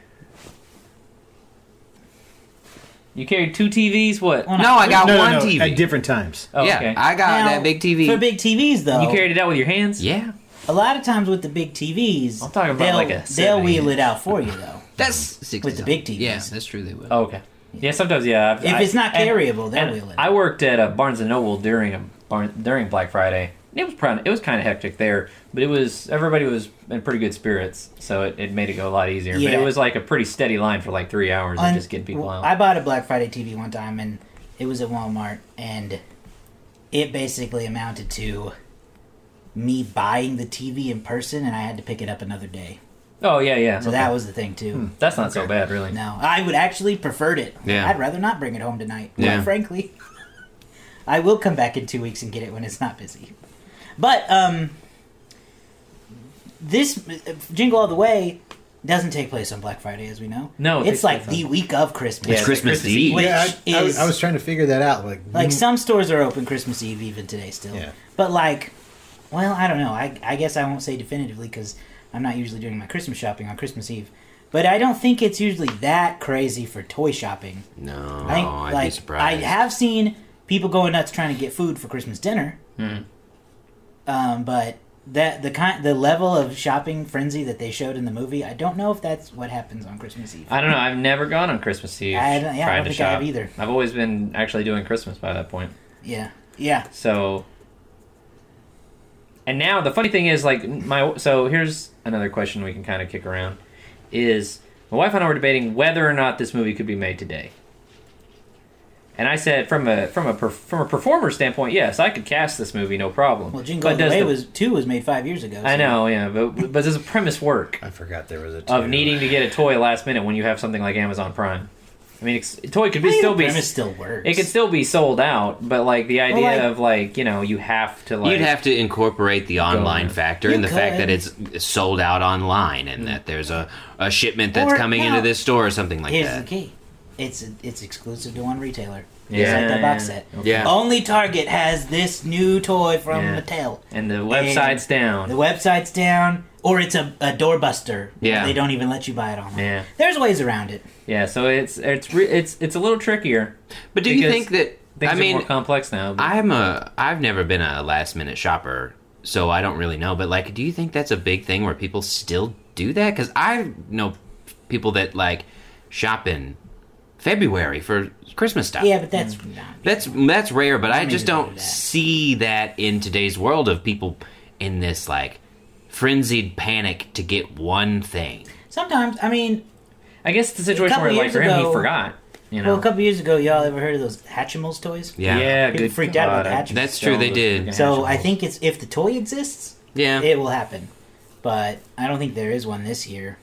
You carried two TVs. What? On a- No, I got no, one no, no, TV. at different times. Oh, yeah, okay. I got Now, that big TV. for big TVs though. you carried it out with your hands. yeah, A lot of times with the big TVs, I'm talking about they'll, like a they'll 70. wheel it out for you [laughs] though. that's 60 With the big TVs. Yeah, that's true. They will. Oh, okay. Yeah. Sometimes. Yeah. I've- If I- it's not and- carryable, they'll and wheel it. I out. worked at a Barnes and Noble during a barn, during Black Friday. It was kind of, it was kind of hectic there, but it was everybody was in pretty good spirits, so it, it made it go a lot easier. But Yeah. it was like a pretty steady line for like three hours of Un- just getting people out. I bought a Black Friday TV one time, and it was at Walmart, and it basically amounted to me buying the TV in person, and I had to pick it up another day. oh yeah, yeah. So that was the thing too. That's not so bad, really. No, I would actually preferred it. Yeah. I'd rather not bring it home tonight. Yeah. Quite frankly, [laughs] I will come back in two weeks and get it when it's not busy. But um, this uh, Jingle All the Way doesn't take place on Black Friday, as we know. No, it it's takes like place the on- week of Christmas. Yeah. Christmas, Christmas Eve. Eve. Yeah, I, I, is- I was trying to figure that out. Like, Like mm, some stores are open Christmas Eve even today still. Yeah. But like, well, I don't know. I, I guess I won't say definitively because I'm not usually doing my Christmas shopping on Christmas Eve. But I don't think it's usually that crazy for toy shopping. No, I think Oh, I'd like be I surprised. have seen people going nuts trying to get food for Christmas dinner. Hmm. Um, but that the kind the level of shopping frenzy that they showed in the movie, I don't know if that's what happens on Christmas Eve. I don't know. I've never gone on Christmas Eve. I don't- yeah, I trying don't to think I have shop. either. I've always been actually doing Christmas by that point. yeah, yeah, So, and now the funny thing is, like my so here's another question we can kind of kick around is my wife and I were debating whether or not this movie could be made today. And I said, from a from a per, from a performer standpoint, yes, I could cast this movie, no problem. Well, Jingle All the does Way the- was two was made five years ago. I so- know, yeah, but but does the [laughs] premise work I forgot there was a of two. needing to get a toy last minute when you have something like Amazon Prime? I mean, it's, toy I could be mean, still the be premise still works. it could still be sold out, but like the idea like- of like you know you have to like You'd have to incorporate the online Go. factor You and the fact could. that it's sold out online and that there's a, a shipment that's Or- coming no. into this store or something like Here's that. the key: It's it's exclusive to one retailer. Yeah, Yeah, like that yeah, box yeah. set. Yeah. Only Target has this new toy from Yeah. Mattel. And the website's The down. website's down, or it's a, a doorbuster. Yeah. They don't even let you buy it online. Yeah. There's ways around it. Yeah, so it's it's re- it's it's a little trickier. But do you Because think that? Things I mean, are more complex now. But I'm a I've never been a last minute shopper, so I don't really know. But like, do you think that's a big thing where people still do that? Because I know people that like shop in February for Christmas stuff. Yeah, but that's Mm. not. that's that's rare. But I need just to don't do that. see that in today's world of people in this like frenzied panic to get one thing. Sometimes, I mean, I guess the situation couple where like years for him, ago- he forgot. You know. well, a couple years ago, y'all ever heard of those Hatchimals toys? Yeah, People freaked out about I- hatchets. That's true, they did. So I think it's if the toy exists, yeah. it will happen. But I don't think there is one this year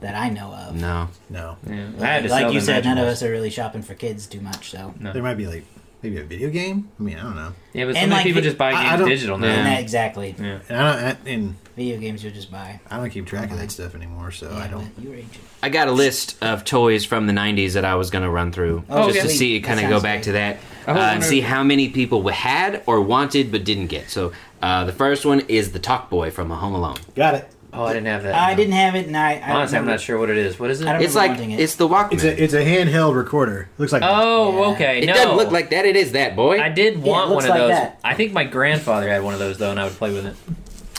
that I know of. no, No, Yeah, I had to sell Like you them said, none of Hatchimals. us are really shopping for kids too much. So there might be like maybe a video game. I mean, I don't know. Yeah, but so And, many like, people the- just buy I- I games don't- digital now. And that- exactly. Yeah. And I don't. I- And Video games you'll just buy. I don't keep track of that stuff anymore, so I don't. You were ancient. I got a list of toys from the 90s that I was going to run through Oh, just okay. to see, That kind of sounds go back great. to I that uh, was and wondering- see how many people had or wanted but didn't get. So uh, the first one is the Talk Boy from A Home Alone. Got it. Oh, I didn't have that. I didn't have it, and I, I don't Honestly, I'm remember- not sure what it is. What is it? I don't- It's like, wanting it. it's the Walkman. It's a it's a handheld recorder. Looks like oh, Yeah. okay. it no. doesn't look like that. It is that, boy. I I, did want looks one like of those. that. I think my grandfather had one of those though, and I would play with it.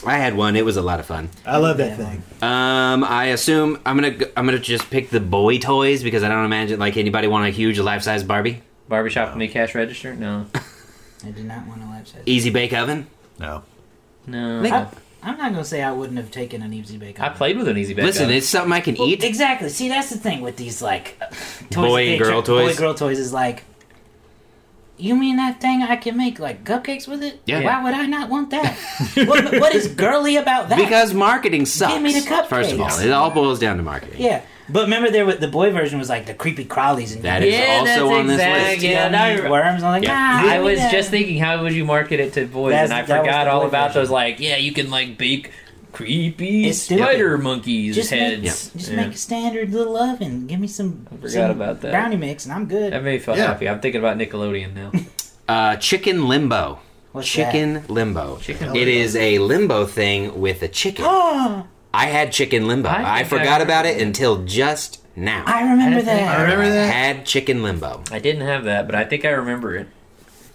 had one. It was a lot of fun. I love that thing. Um, I assume I'm gonna go- I'm gonna just pick the boy toys because I don't imagine like anybody want a huge life size Barbie, Barbershop in the cash register? No, I did not want a life size. easy bake oven. No, no. Like- I, I'm not gonna say I wouldn't have taken an Easy Bake. I played with an easy bake. Listen, oven. it's something I can Well, eat. exactly. See, that's the thing with these like uh, toys that Boy and they girl trick- toys. Boy girl toys is like. You mean that thing I can make like cupcakes with it? Yeah. Why would I not want [laughs] that? what, what is girly about that? Because marketing sucks. me the First of all, cupcakes. it all boils down to marketing. yeah, but remember there was the boy version was like the creepy crawlies and That is Yeah, that's also on this exact- list. yeah, yeah, now you're- worms. I'm like, Yeah. nah, I give me was that." just thinking, how would you market it to boys? That's- and I that was forgot the all boy about version. those. Like, yeah, you can like bake creepy It's stupid. spider monkeys just heads. make, just Yeah. make a standard little oven. Give me some, forgot some about that. brownie mix, and I'm good. That made me feel Yeah. happy. I'm thinking about Nickelodeon now. Uh, chicken limbo. What's chicken limbo. Chicken It is a limbo thing with a chicken. [gasps] Oh, I had chicken limbo. I think I, I forgot remember about it that. until just now. [gasps] I remember didn't think that. I remember that. had chicken limbo. I didn't have that, but I think I remember it.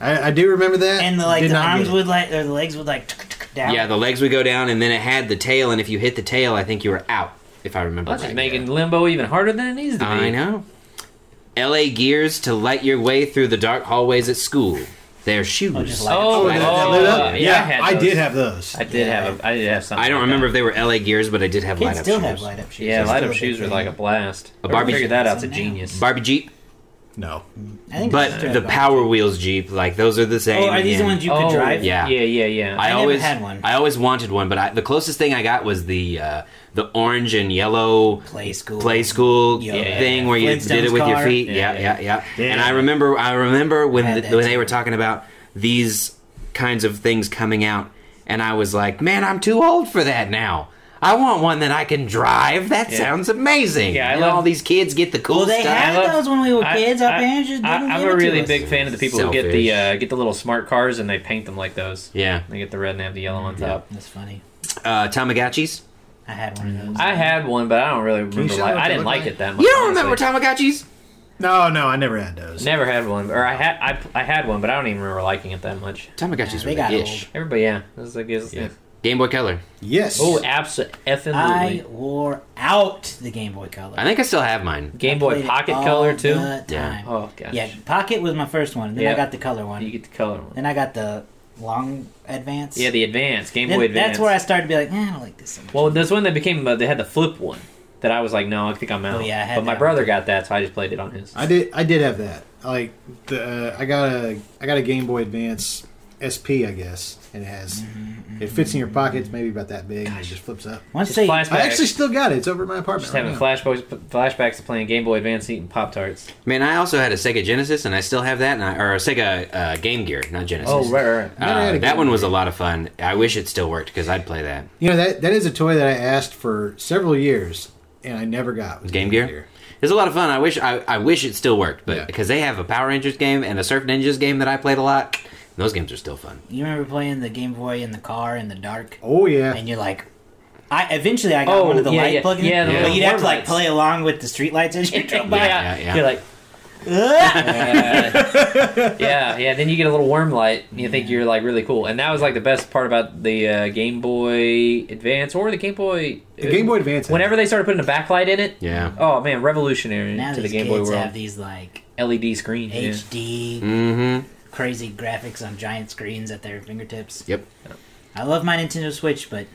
I, I do remember that. [laughs] and the like Did the not get arms it. would like or the legs would like tuk, tuk, down. Yeah, the legs would go down, and then it had the tail. And if you hit the tail, I think you were out. If I Oh remember. That's just right. making limbo even harder than it needs to be. I know. L.A. gears to light your way through the dark hallways at school. Their shoes. Oh, just light up. Oh, Oh, that, that oh, lit up? yeah, Yeah, I had. I, those. did have those. I did Yeah. have. A, I did have something. I don't like remember that. if they were L.A. gears, but I did have Kids light up still shoes. have light up shoes. Yeah, It's light still up a shoes big are thing. like a blast. A A Barbie- Barbie figured that out's a Now. genius. Barbie Jeep, No, I think it's but still the about- power wheels Jeep, like those are the same. Oh, are these the and- ones you could oh, drive? Yeah. Yeah, yeah, yeah, yeah. I I, never always had one. I always wanted one, but I, the closest thing I got was the uh, the orange and yellow Play school. play school Yeah. thing where you did it Flintstones with your car. feet. Yeah, Yeah, yeah, yeah. Yeah. And I remember I remember I when had the, that when they too. were talking about these kinds of things coming out, and I was like, man, I'm too old for that now. I want one that I can drive. That sounds amazing. Yeah, I and love- all these kids get the cool Well, they stuff. had love- those when we were kids. Our parents just didn't am give a it really to us. big fan of the people who get the uh, get the little smart cars and they paint them like those. yeah, They get the red and they have the yellow on top. That's funny. uh, Tamagotchis. I had one of those. I had one, but I don't really remember. show Like, what I they didn't look like like? it that much. You don't honestly. remember Tamagotchis? no, no, I never had those. Never had one, or I had I, I had one, but I don't even remember liking it that much. Tamagotchis They were got the ish. Everybody, yeah, this is like this. Yeah. Game Boy Color. Yes. Oh, absolutely. I wore out the Game Boy Color. I think I still have mine. I Game Boy played it Pocket all Color too. the Yeah. time. Oh gosh. Yeah, Pocket was my first one. Then Yeah. I got the color You one. get the color one. Then I got the long advance. Yeah, the advance Game Then Boy Advance. That's where I started to be like, eh, I don't like this. So much. Well, there's one that became. Uh, they had the flip one that I was like, no, I think I'm out. Oh, yeah, I had but my that brother got that, so I just played it on his. I did. I did have that. Like the, uh, I got a, I got a Game Boy Advance SP, I guess, and it has, it fits in your pockets, maybe about that big, and it just flips up. Once Just they flashbacks. I actually still got it. It's over at my apartment. just Right having now. flashbacks, flashbacks to playing Game Boy Advance eating Pop Tarts. Man, I also had a Sega Genesis, and I still have that, and I, or a Sega uh, Game Gear, not Genesis. Oh, right, right. Uh, Never had a that Game one was a lot of fun. I wish it still worked because I'd play that. You know that that is a toy that I asked for several years, and I never got. was Game Gear? It's a lot of fun. I wish I, I wish it still worked, but Yeah. because they have a Power Rangers game and a Surf Ninjas game that I played a lot, and those games are still fun. You remember playing the Game Boy in the car in the dark, Oh yeah, and you're like, I eventually I got Oh, one of the yeah, light yeah. plug-in, Yeah, the but little you'd have to like lights. play along with the street lights as [laughs] you drove by. yeah, yeah. You're like, [laughs] [laughs] Ugh. uh, yeah, yeah. Then you get a little worm light, and you think you're like really cool. And that was like the best part about the uh, Game Boy Advance or the Game Boy. uh, the Game Boy Advance. had Whenever they started putting a backlight in it, Yeah. Oh man, revolutionary now to the these Game Boy kids world. have these like LED screen. yeah. HD Mm-hmm. crazy graphics on giant screens at their fingertips. Yep. I love my Nintendo Switch, but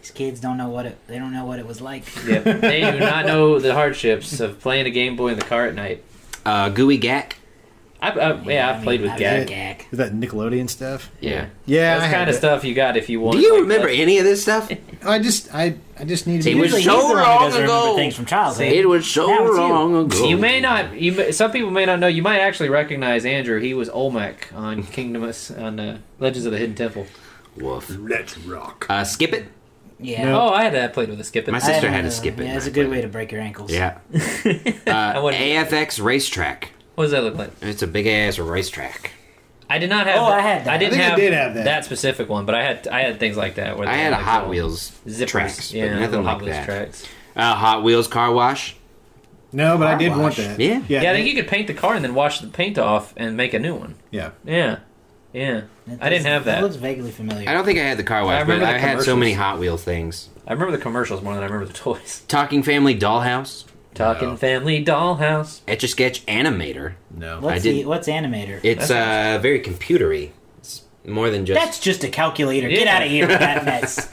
these kids don't know what it they don't know what it was like. Yeah. [laughs] They do not know the hardships of playing a Game Boy in the car at night. Uh, Gooey Gack. I, I, yeah, I've played with I Gag. mean, Gag. that Nickelodeon stuff. Yeah. Yeah, I That's had kind of it. stuff you got if you want. uh, Do you remember any of this stuff? I just I I just need to. See, be- was Usually so he's the one who long doesn't remember ago. things from childhood. It was so Now it's you. long ago. You may not. You may, some people may not know. You might actually recognize Andrew. He was Olmec [laughs] on Kingdom of, on uh, Legends of the Hidden Temple. Woof. Let's rock. Uh, skip it. yeah. No. Oh, I had that played with a skip. it. My I sister don't had to know. skip it. Yeah, and it's I a good played way to break your ankles. [laughs] Yeah. I Uh, wouldn't- AFX racetrack. what does that look like? It's a big ass racetrack. I did not have. Oh, I had that. I didn't I think I have, did have that. specific one, but I had I had things like that. Where I they had a like Hot little Wheels zippers. tracks, but Yeah, nothing little Hot like Wheels that. Tracks. Uh, Hot Wheels car wash. No, but I Car did want wash. that. Yeah. yeah, Yeah, I that- think you could paint the car and then wash the paint off and make a new one. yeah. Yeah, yeah. That I didn't does- have that. looks vaguely familiar. I don't think I had the car wash, but remember the I had so commercials. many Hot Wheels things. I remember the commercials more than I remember the toys. [laughs] Talking Family Dollhouse, Talking Family Dollhouse. Etch a Sketch Animator. No. what's, I didn't- the, what's animator? It's uh, very computery. It's more than just. That's just a calculator. Get Yeah. out of here with that mess.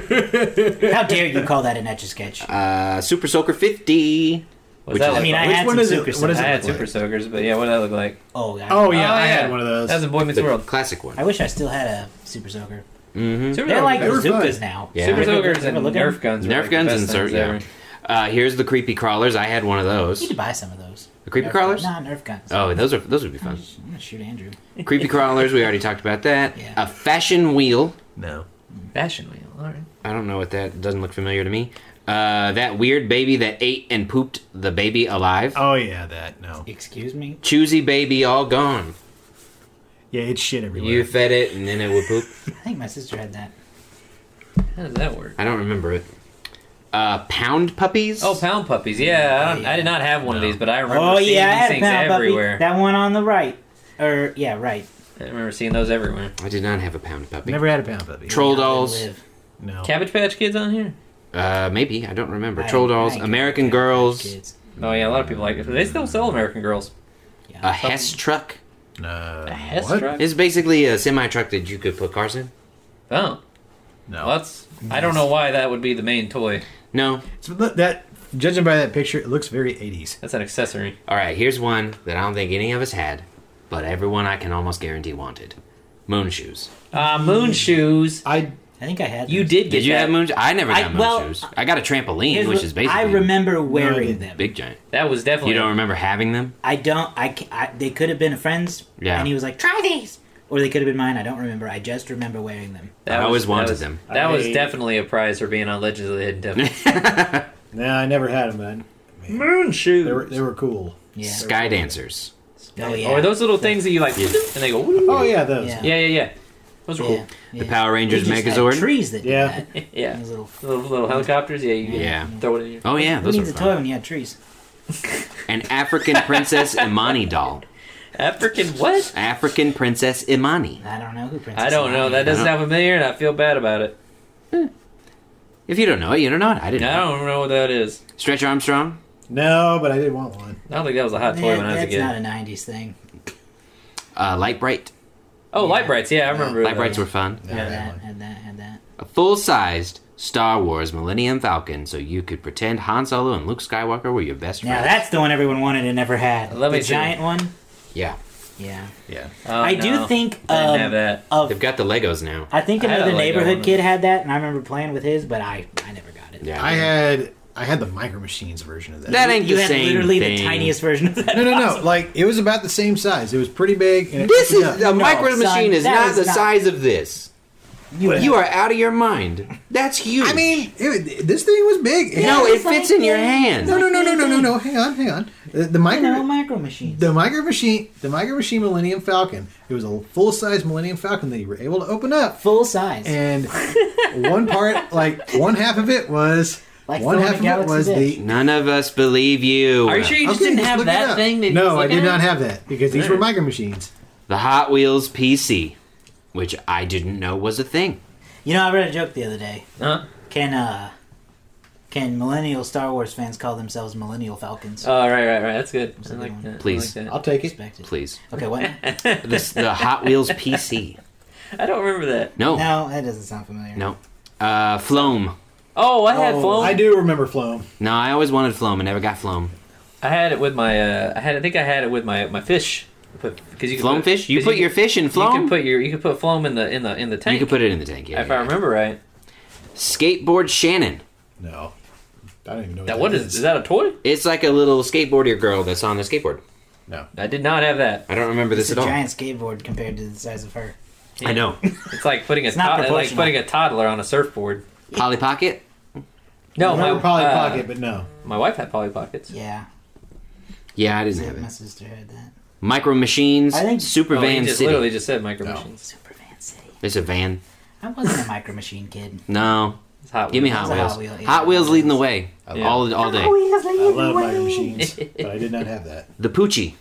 How dare you call that an etch a sketch? uh, Super Soaker 50. What's Which that is- look I mean, I like? Which had one some is it- Super what Soaker. is I it? had look Super like? Soakers, but yeah, what did that look like? Oh, God. Oh yeah, I had one of those. That was in Boy Meets The World. classic one. I wish I still had a Super Soaker. Super They're like They were fun. bazookas now. Yeah. Super Soakers Ever and look at Nerf them? guns. were, Nerf like, guns the and best Sur- things ever. yeah. Uh, here's the creepy crawlers. I had one of You need those. to buy some of those. The creepy Nerf crawlers? Guns. Nah, Nerf guns. Oh, those are those would be fun. I'm going to shoot Andrew. [laughs] creepy crawlers. We already talked about that. Yeah. A fashion wheel. No. Fashion wheel. All right. I don't know what that doesn't look familiar to me. Uh, that weird baby that ate and pooped the baby alive. Oh yeah, that no. Excuse me? Choosy baby all gone. Yeah, it's shit everywhere. You fed it and then it would poop. I think my sister had that. How does that work? I don't remember it. Uh, pound puppies. Oh, pound puppies. Yeah, I, don't, I did not have one of these, but I remember oh, seeing yeah, I these had a things pound puppy. everywhere. That one on the right. Or, yeah, right. I remember seeing those everywhere. I did not have a pound puppy. Never had a pound puppy. Troll How they dolls. live. No. Cabbage Patch Kids on here? Uh, maybe I don't remember. I- Troll dolls. I ain't American got that girls. kids. Oh yeah, a lot of people like it. They still sell American Girls. A Hess truck. No. A Hess What? truck? It's basically a semi truck that you could put cars in. Oh, No. well, that's. I don't know why that would be the main toy. No. So look, that judging by that picture, it looks very 80s. That's an accessory. All right. Here's one that I don't think any of us had, but everyone I can almost guarantee wanted. Moon shoes. Ah, moon shoes. I I think I had You those. did get Hmm. Did you that. have moon? I never I- got moon well, shoes. I got a trampoline, Here's which what- is basically I remember Oh, wearing didn't. them. big giant. That was definitely. You don't remember having them? I don't. I, ca- I they could have been a friend's. Yeah. And he was like, "Try these," or they could have been mine. I don't remember. I just remember wearing them. that I always was- wanted that was- them. That was I- definitely a prize for being on Legends of the Hidden Temple. [laughs] no, I never had them, man. moon shoes. They were they were cool. Yeah. Sky dancers. Oh yeah. Or those little things that you like, and they go. Woo. Oh yeah, those. Yeah. Yeah, yeah, yeah. Those were Yeah. cool. yeah. The Power They Rangers just had Megazord. trees that did Yeah. that. Yeah. Those little. Little, little helicopters. Yeah, you can Yeah. throw it in. Your... Oh yeah, Who those were needs a toy fun. when you had trees? An African [laughs] princess Imani doll. African what? African princess Imani. I don't know who. Princess I don't know. Amani That is. Uh-huh. doesn't sound familiar, and I feel bad about it. If you don't know it, you don't know it. I didn't. I know. don't know what that is. Stretch Armstrong. No, but I did want one. I don't think that was a hot toy Yeah, when I was a that's kid. not a '90s thing. Uh, Light bright. Oh, light brights. Yeah, I remember. Light those. brights were fun. No, I Had had that. one. Had that. Had that. A full-sized Star Wars Millennium Falcon, so you could pretend Han Solo and Luke Skywalker were your best friends. Now that's the one everyone wanted and never had. Let the me see. giant one. yeah. Yeah. Yeah. Oh, I no. do think I didn't um, have that. of. They've got the Legos now. I think I had a another Lego one neighborhood of kid had that, and I remember playing with his, but I I never got it. Yeah. I had I had the micro machines version of that. that ain't you the had same literally the thing. tiniest version of [laughs] that. no, no, no. Like it was about the same size. It was pretty big. And it This opened is up. a micro son, machine is that not is the not- size of this. You, You are out of your mind. That's huge. I mean, it, this thing was big. It- no, Yeah, it it's fits like in your the- hand. no, no, no, no, no, no, no. Hang on, hang on. The, the you know, micro, micro machines. the micro machine, the micro machine Millennium Falcon. It was a full size Millennium Falcon that you were able to open up. Full size. [laughs] and one part, like one half of it was Like one filling a half of it galaxy's was edge. the. None of us believe you. Are you sure you just Okay, didn't just have look it that up. thing? That you no, was I looking did not at? have that because these were micro machines. The Hot Wheels PC, which I didn't know was a thing. You know, I read a joke the other day. Huh? Can uh, can millennial Star Wars fans call themselves millennial Falcons? Oh, right, right, right. That's good. I like that. I like Please. that. I'll take it. Expected. Please, Okay, what? now? this, the Hot Wheels PC. I don't remember that. No, no. No, that doesn't sound familiar. Uh, Floam. Oh, I had Oh, Floam. I I, do remember Floam. No, I always wanted Floam. I never got Floam. had it with my. Uh, I had. I think I had it with my my fish. Because you can Floam put, fish. You 'cause put can- your fish in You can Floam. put your. You can put Floam in the in the in the tank. You can put it in the tank. Yeah. if I remember right. Skateboard Shannon. No, I don't even know That what is? Is that a toy? It's like a little skateboarder girl that's on the skateboard. No, I did not have that. I don't remember It's this a at all. giant skateboard compared to the size of her. I know. It's like putting a not to- like proportional. putting a toddler on a surfboard. [laughs] Polly Pocket. No, I remember my Polly uh, Pocket, but no. My wife had Polly Pockets. Yeah, Yeah, I didn't [laughs] have my it. sister had that. Micro Machines. I think- Super Oh, he Van just City. literally just said micro No. machines. Superman City. It's a van. I wasn't a micro machine kid. No, It's hot. give me Wheels. Hot a Hot Wheels. Hot Wheel, Wheels, yeah. leading the way Yeah. all all Oh, day. I love micro [laughs] machines, but I did not have that. The Poochie,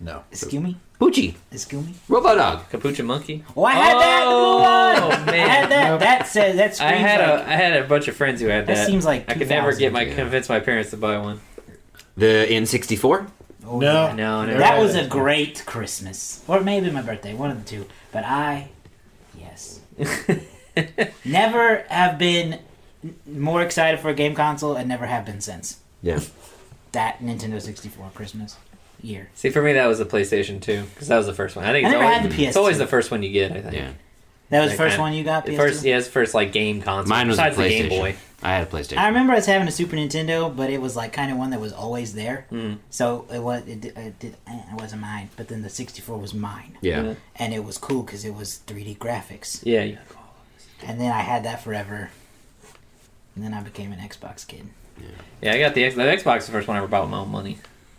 No, Excuse me. Poochie, Excuse me. Robo Dog. Capuchin monkey. Oh, I had that. Oh, Come on! I man. had that. That says that I screams had like, a I had a bunch of friends who had That that. seems like I could never 2000, get my yeah. convince my parents to buy one. The N64. Oh, No. yeah. No, never. That had was it. a great Christmas, or maybe my birthday, one of the two. But I, [laughs] yes, never have been n- more excited for a game console, and never have been since Yeah. that Nintendo sixty four Christmas year. See, for me, that was the PlayStation 2 because that was the first one. I think I it's never always, had the PS2. It's always the first one you get. I think. Yeah. That was the Like first that. one you got. The PS2? first, yeah, it's the first like game console. Mine was a besides the Game PlayStation. Boy. I had a PlayStation. I remember us having a Super Nintendo, but it was like kind of one that was always there. Hmm. So it was it, did- it, did, eh, it wasn't mine. But then the sixty four was mine, yeah. Yeah. and it was cool because it was three D graphics. Yeah. you- And then I had that forever. And then I became an Xbox kid. Yeah, I got the, X- the Xbox. was The first one I ever bought with my own money,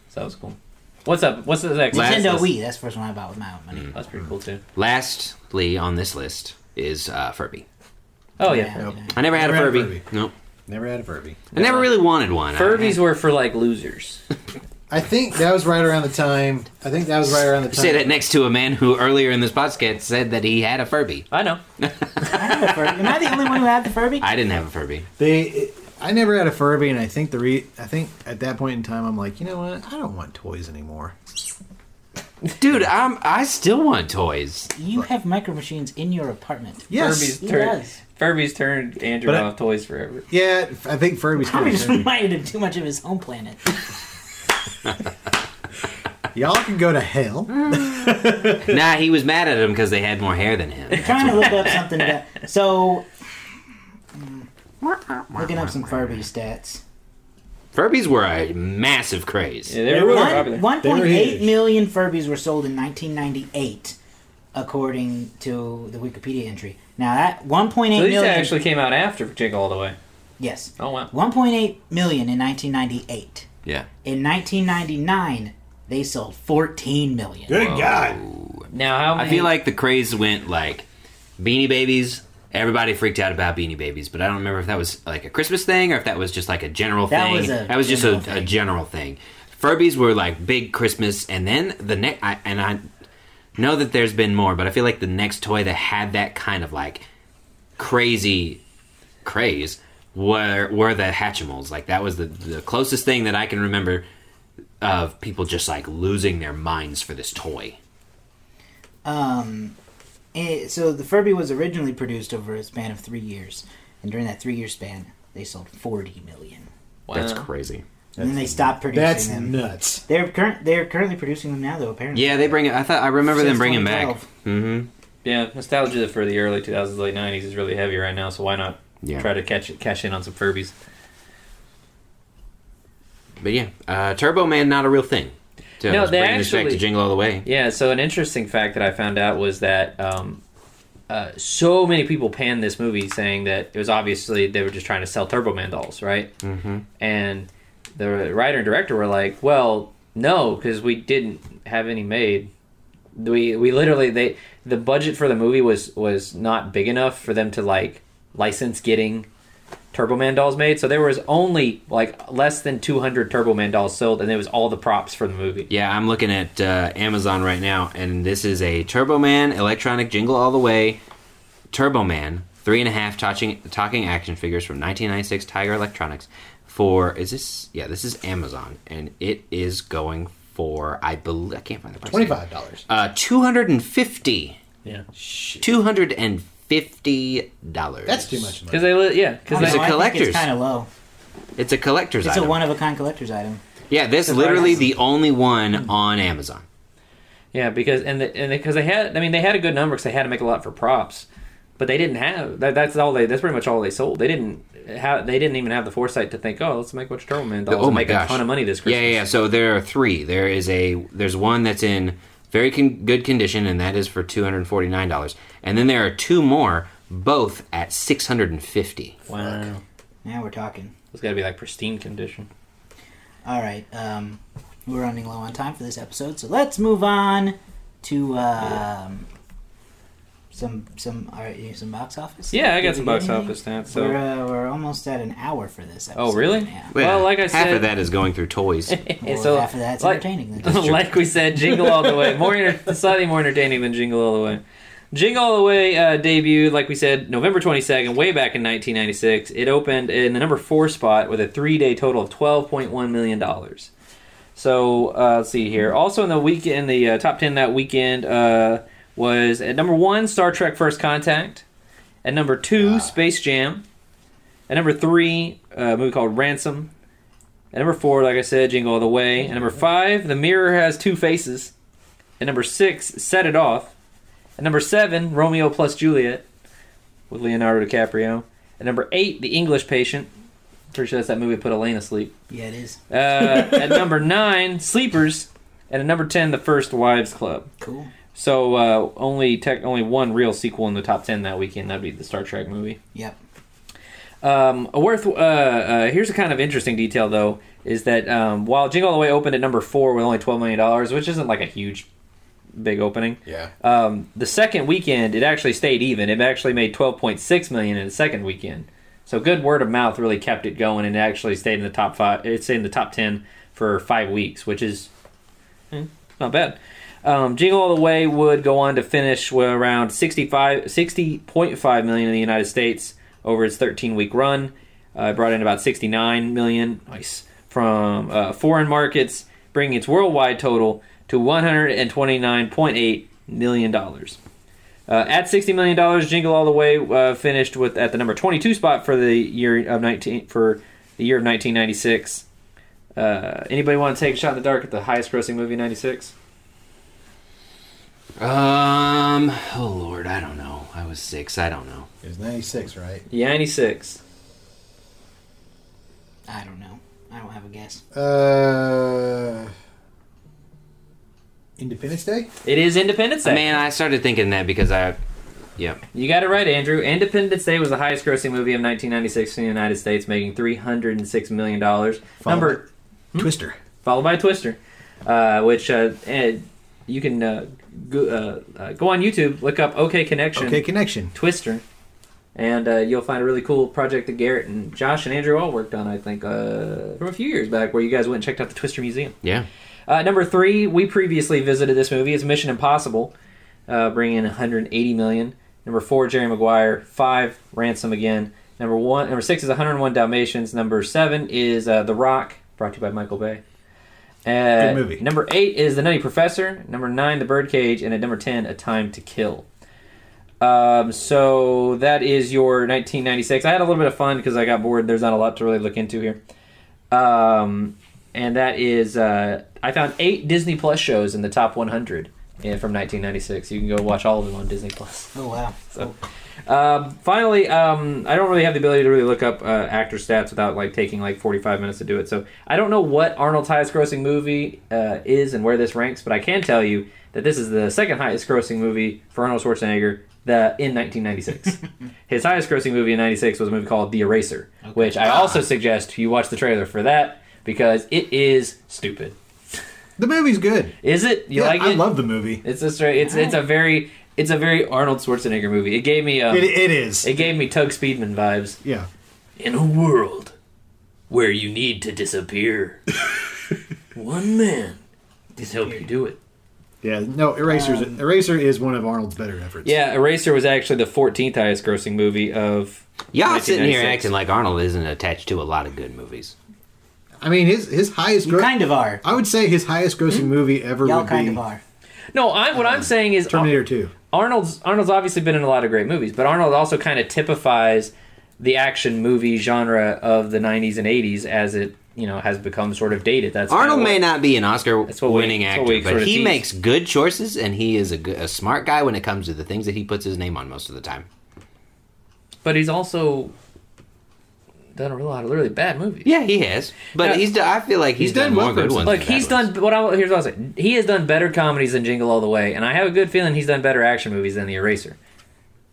so that was cool. What's up? What's the Xbox? Nintendo That's- Wii, that's the first one I bought with my own money. That's pretty cool too. Lastly on this list is uh, Furby. Oh yeah. Nope. I never Never had had a a Furby. Furby. Nope. never had a Furby. I never really wanted one. [laughs] Furbies were for like losers. I think that was right around the time. I think that was right around the I time. say that next to a man who earlier in this podcast said that he had a Furby. I know. I had a Furby. Am I the only one who had the Furby? I didn't have a Furby. They, I never had a Furby, and I think the re, I think at that point in time, I'm like, you know what? I don't want toys anymore. [laughs] Dude, I'm I still want toys. You have micro machines in your apartment. Yes, Furbies He turned. does. Furbies turned Andrew But I- off toys forever. yeah, I think Furby's Probably cool. just reminded him too much of his home planet. Y'all can go to hell. nah, he was mad at them because they had more hair than him. trying to look up something [laughs] about. So, looking up some Furby stats. Furbies were a massive craze. Yeah, they were really popular. One- 1.8 huge. million Furbies were sold in 1998, according to the Wikipedia entry. Now, that 1.8 So million. these actually came out after Jiggle All the Way. Yes. Oh wow. 1.8 million in 1998. Yeah. In 1999, they sold 14 million. Good God! Now how many? I feel like the craze went like Beanie Babies. Everybody freaked out about Beanie Babies, but I don't remember if that was like a Christmas thing or if that was just like a general That thing. was a that was just general a, thing. a general thing. Furbies were like big Christmas, and then the next, I, and I know that there's been more, but I feel like the next toy that had that kind of like crazy craze were were the Hatchimals. Like that was the the closest thing that I can remember of people just like losing their minds for this toy. Um, eh, so the Furby was originally produced over a span of three years, and during that three-year span, they sold 40 million. Wow. That's crazy. And then they stopped producing That's them. nuts. they're current. They're currently producing them now, though. Apparently, Yeah, they bring it. I thought I remember Since them bringing back. 2012. Mm-hmm. Yeah, nostalgia for the early 2000s, late 90s is really heavy right now. So why not Yeah. try to catch cash in on some Furbies? But yeah, uh, Turbo Man not a real thing. So No, let's they bring this back to actually- Jingle All the Way. Yeah. So an interesting fact that I found out was that um, uh, so many people panned this movie, saying that it was obviously they were just trying to sell Turbo Man dolls, right? Mm-hmm. And the writer and director were like, "Well, no, because we didn't have any made. We we literally they the budget for the movie was was not big enough for them to like license getting Turbo Man dolls made. So there was only like less than 200 Turbo Man dolls sold, and it was all the props for the movie. Yeah, I'm looking at uh, Amazon right now, and this is a Turbo Man electronic jingle all the way. Turbo Man, three and a half touching, talking action figures from 1996 Tiger Electronics. For is this? Yeah, this is Amazon, and it is going for I believe I can't find the price. Twenty-five dollars. Uh, two hundred and fifty. Yeah, Two hundred and fifty dollars. That's too much. because Money. they li- yeah because It's they a collector's. kind of low. It's a collector's It's a item. one of a kind collector's item. yeah, this a literally bonus. the only one on Amazon. Yeah, because and the, and because they had, I mean, they had a good number because they had to make a lot for props, but they didn't have that. That's all they. That's pretty much all they sold. They didn't have. They didn't even have the foresight to think, oh, let's make a bunch of Turbo Man dolls. oh and my make gosh. a ton of money this Yeah, Christmas. yeah, yeah. So there are three. There is a there's one that's in very con- good condition, and that is for two hundred forty nine dollars. And then there are two more, both at six hundred and fifty. Wow, Now we're talking. it's got to be like pristine condition. All right, um, we're running low on time for this episode, so let's move on to um, some some all right, you- some box office. Yeah, I Did got we some get box anything? office stats. We're So uh, we're almost at an hour for this. episode. Oh, really? Yeah. Well, like I half said- of that is going [laughs] through toys. Well, so half of that's like- [laughs] entertaining. Then. like we said, Jingle All the Way, more enter- slightly more entertaining than Jingle All the Way. Jingle All the Way uh, debuted, like we said, November 22nd, way back in 1996. It opened in the number four spot with a three day total of 12.1 million dollars. So uh, let's see here. Also in the week in the uh, top 10 that weekend uh, was at number one Star Trek: First Contact, at number two Space Jam, at number three a movie called Ransom, at number four, like I said, Jingle All the Way. At number five, The Mirror Has Two Faces. At number six, Set It Off. At number seven, Romeo plus Juliet with Leonardo DiCaprio. At number eight, The English Patient. Pretty sure that's that movie that put Elaine asleep. yeah, it is Uh, at number nine, Sleepers. And at number ten, The First Wives Club. cool. So uh, only tech, only one real sequel in the top ten that weekend. That'd be the Star Trek movie. Yep. Um, worth uh, uh, here's a kind of interesting detail though is that um, while Jingle All the Way opened at number four with only twelve million dollars, which isn't like a huge, big opening. Yeah. Um, the second weekend, it actually stayed even. It actually made twelve point six million in the second weekend. So good word of mouth really kept it going, and it actually stayed in the top five. It stayed in the top ten for five weeks, which is eh, not bad. Um, Jingle All the Way would go on to finish with around 65, 60.5 million in the United States over its 13 week run. Uh, it brought in about 69 million nice, from uh, foreign markets, bringing its worldwide total to $129.8 million. Uh, at $60 million, Jingle All the Way uh, finished with at the number 22 spot for the year of 19 for the year of 1996. Uh, anybody want to take a shot in the dark at the highest grossing movie in 96? um, oh lord, I don't know. I was six. I don't know. It was ninety-six, right? Yeah, 96. I don't know. I don't have a guess. Uh, Independence Day. It is Independence Day. Man, I started thinking that because I, yeah, You got it right, Andrew. Independence Day was the highest grossing movie of 1996 in the United States, making $306 million. Number, Twister. followed by Twister, uh, which uh, eh, you can uh, go, uh, uh, go on YouTube, look up OK Connection, Okay, Connection. Twister, and uh, you'll find a really cool project that Garrett and Josh and Andrew all worked on, I think, uh, from a few years back, where you guys went and checked out the Twister Museum. yeah. Uh, number three, we previously visited this movie. It's Mission Impossible, uh, bringing in 180 million. Number four, Jerry Maguire. Five, Ransom again. Number one, number six is 101 Dalmatians. Number seven is uh, The Rock, brought to you by Michael Bay. Uh, Good movie. Number eight is The Nutty Professor. Number nine, The Birdcage, and at number ten, A Time to Kill. Um, so that is your 1996. I had a little bit of fun because I got bored. There's not a lot to really look into here. Um, and that is, uh, I found eight Disney Plus shows in the top 100 yeah, from 1996. You can go watch all of them on Disney Plus. Oh wow. So, um, finally, um, I don't really have the ability to really look up uh, actor stats without like taking like 45 minutes to do it. So I don't know what Arnold's highest grossing movie uh, is and where this ranks, but I can tell you that this is the second highest grossing movie for Arnold Schwarzenegger the in 1996. His highest grossing movie in 96 was a movie called The Eraser, which I also suggest you watch the trailer for that because it is stupid. The movie's good. Is it? You yeah, like it? I love the movie. It's a straight. It's it's a very it's a very Arnold Schwarzenegger movie. It gave me um, It, it, it is. gave me Tug Speedman vibes. yeah. In a world where you need to [laughs] disappear, one man can help you do it. Yeah. No, Eraser's, Eraser is one of Arnold's better efforts. Yeah, Eraser was actually the 14th highest grossing movie of. Y'all sitting here 1996. acting like Arnold isn't attached to a lot of good movies. I mean, his his highest You gro- kind of are. I would say his highest grossing movie ever Y'all would kind be of are. No, I, what I'm saying is Terminator 2. Arnold's Arnold's obviously been in a lot of great movies, but Arnold also kind of typifies the action movie genre of the 90s and 80s as it you know has become sort of dated. That's kinda Arnold what- may not be an That's what we- Oscar-winning that's actor, what we but sort of he tease. makes good choices, and he is a, good, a smart guy when it comes to the things that he puts his name on most of the time. but he's also done a lot of really bad movies. Yeah, he has, but Yeah. he's. do- I feel like he's, done, done well more for good ones. himself. Look, than he's bad ones. done what I here's what I'll say. He has done better comedies than Jingle All the Way, and I have a good feeling he's done better action movies than The Eraser.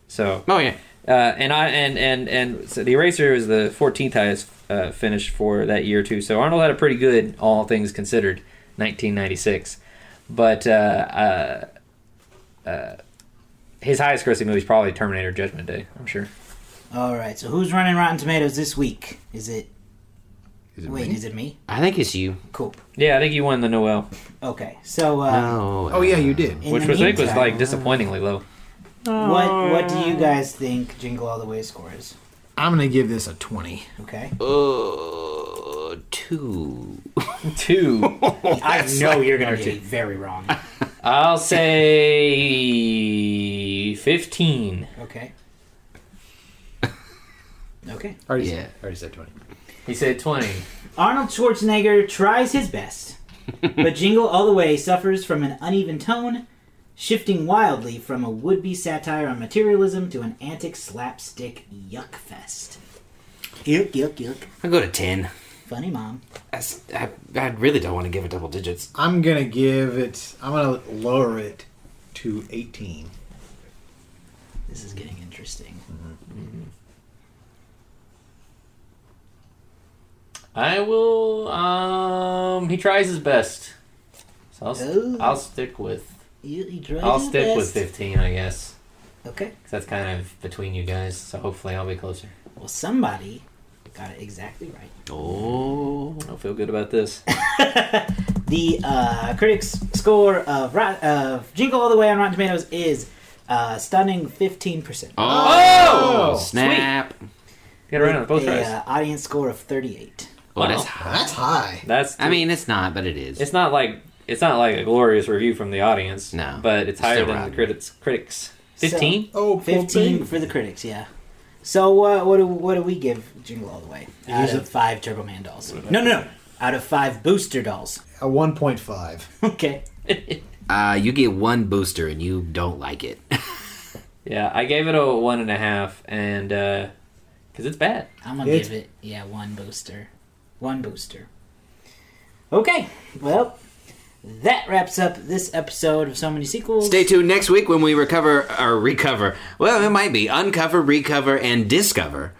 So, Oh yeah, uh, and I and and and so The Eraser is the 14th highest uh, finish for that year too. So Arnold had a pretty good, all things considered, 1996. But uh, uh, uh, his highest grossing movie is probably Terminator Judgment Day. I'm sure. All right. So who's running Rotten Tomatoes this week? Is it? wait, is it me? I think it's you. Cool. Yeah, I think you won the Noel, Okay. So. Uh, Oh, Oh, yeah, you did. in which the was I think was meantime, like disappointingly low. What What do you guys think Jingle All the Way score is? I'm going to give this a 20. Okay. Uh, two. [laughs] Two. I know you're gonna be very wrong. I'll say 15. [laughs] Okay. Okay. Already Yeah. said, already said 20. He said 20. Arnold Schwarzenegger tries his best, [laughs] but Jingle All the Way suffers from an uneven tone, shifting wildly from a would be satire on materialism to an antic slapstick yuck fest. Yuck, yuck, yuck. I go to ten. Funny mom. That's, I, I really don't want to give it double digits. I'm going to give it, I'm going to lower it to 18. This is getting interesting. I will. Um, he tries his best. So I'll, Ooh. st- I'll stick with. You, you tried I'll your stick with best. 15, I guess. Okay. 'Cause that's kind of between you guys. So hopefully I'll be closer. Well, somebody got it exactly right. Oh, I don't feel good about this. The uh, critics' score of, Rot- of Jingle All the Way on Rotten Tomatoes is a stunning 15%. oh, Oh, snap! Get around on both a, tries. uh, audience score of 38. Oh, that's. Wow. hot. That's high. That's. I mean, it's not, but it is. it's not like it's not like a glorious review from the audience. No. but it's It's higher still than rotten. the critics. Critics. 15. Oh, 15 for the critics, yeah. So uh, what do what do we give Jingle All the Way out He's of a- five Turbo Man dolls? No, no, no, out of five Booster dolls. [laughs] A 1.5. okay, Uh, you get one booster and you don't like it. Yeah, I gave it a one and a half, and uh 'cause it's bad. I'm gonna It's- give it yeah one booster, one booster. Okay, well that wraps up this episode of so many sequels. Stay tuned next week when we recover or recover. Well, it might be uncover, recover, and discover.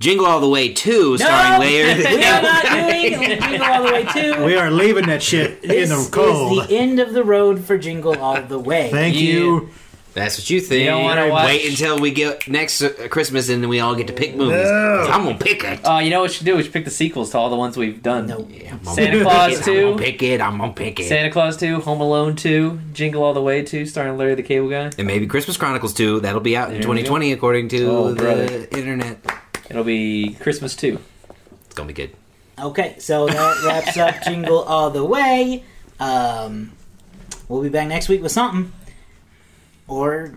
Jingle all the way two, [laughs] [laughs] starring Laird. We are not doing Jingle All the Way two. We are leaving that shit in this the cold. is the end of the road for Jingle All the Way. Thank Yeah. you. That's what you think. You don't wanna watch- Wait until we get next uh, Christmas and then we all get to pick movies. 'Cause I'm gonna pick it. Oh, you know what we should do? We should pick the sequels to all the ones we've done. no, Yeah, I'm gonna Santa pick Claus it, I'm 2. gonna pick it. I'm gonna pick it. Santa Claus 2, Home Alone 2, Jingle All the Way 2, starring Larry the Cable Guy. and maybe Christmas Chronicles 2. That'll be out in There we 2020, according to Oh, brother. the internet. It'll be Christmas 2. It's gonna be good. Okay, so that wraps up Jingle All the Way. Um, we'll be back next week with something. Or,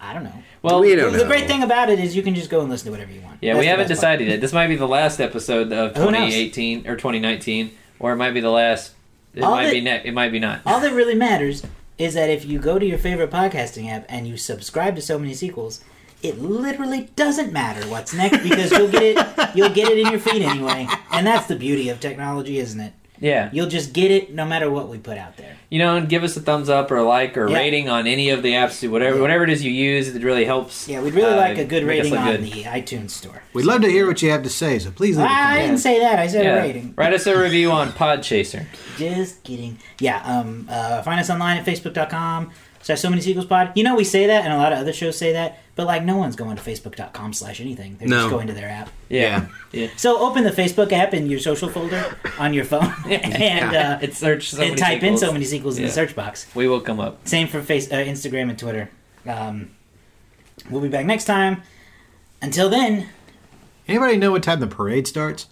I don't know. Well, We The, don't the know. great thing about it is you can just go and listen to whatever you want. yeah, That's we the haven't best part. decided yet. This might be the last episode of Who knows? 2018 or 2019, or it might be the last. It All might that- be ne- It might be not. All that really matters is that if you go to your favorite podcasting app and you subscribe to so many sequels, it literally doesn't matter what's next because you'll get it you'll get it in your feed anyway. And that's the beauty of technology, isn't it? Yeah. You'll just get it no matter what we put out there. you know, and give us a thumbs up or a like or a Yeah. rating on any of the apps, whatever whatever it is you use. It really helps. Yeah, we'd really uh, like a good make us rating look on good. the iTunes store. We'd love to hear what you have to say, so please leave a I comment. didn't say that. I said Yeah. a rating. Write us a review on Podchaser. Just kidding. Yeah, um, uh, find us online at facebook.com slash so many sequels pod. You know, we say that, and a lot of other shows say that, but like no one's going to facebook.com slash anything. They're No. just going to their app. Yeah, yeah. So open the Facebook app in your social folder on your phone [laughs] and, uh, It's search so and many type in sequels. so many sequels in Yeah. the search box. We will come up. Same for face, uh, Instagram and Twitter. Um, we'll be back next time. Until then, Anybody know what time the parade starts?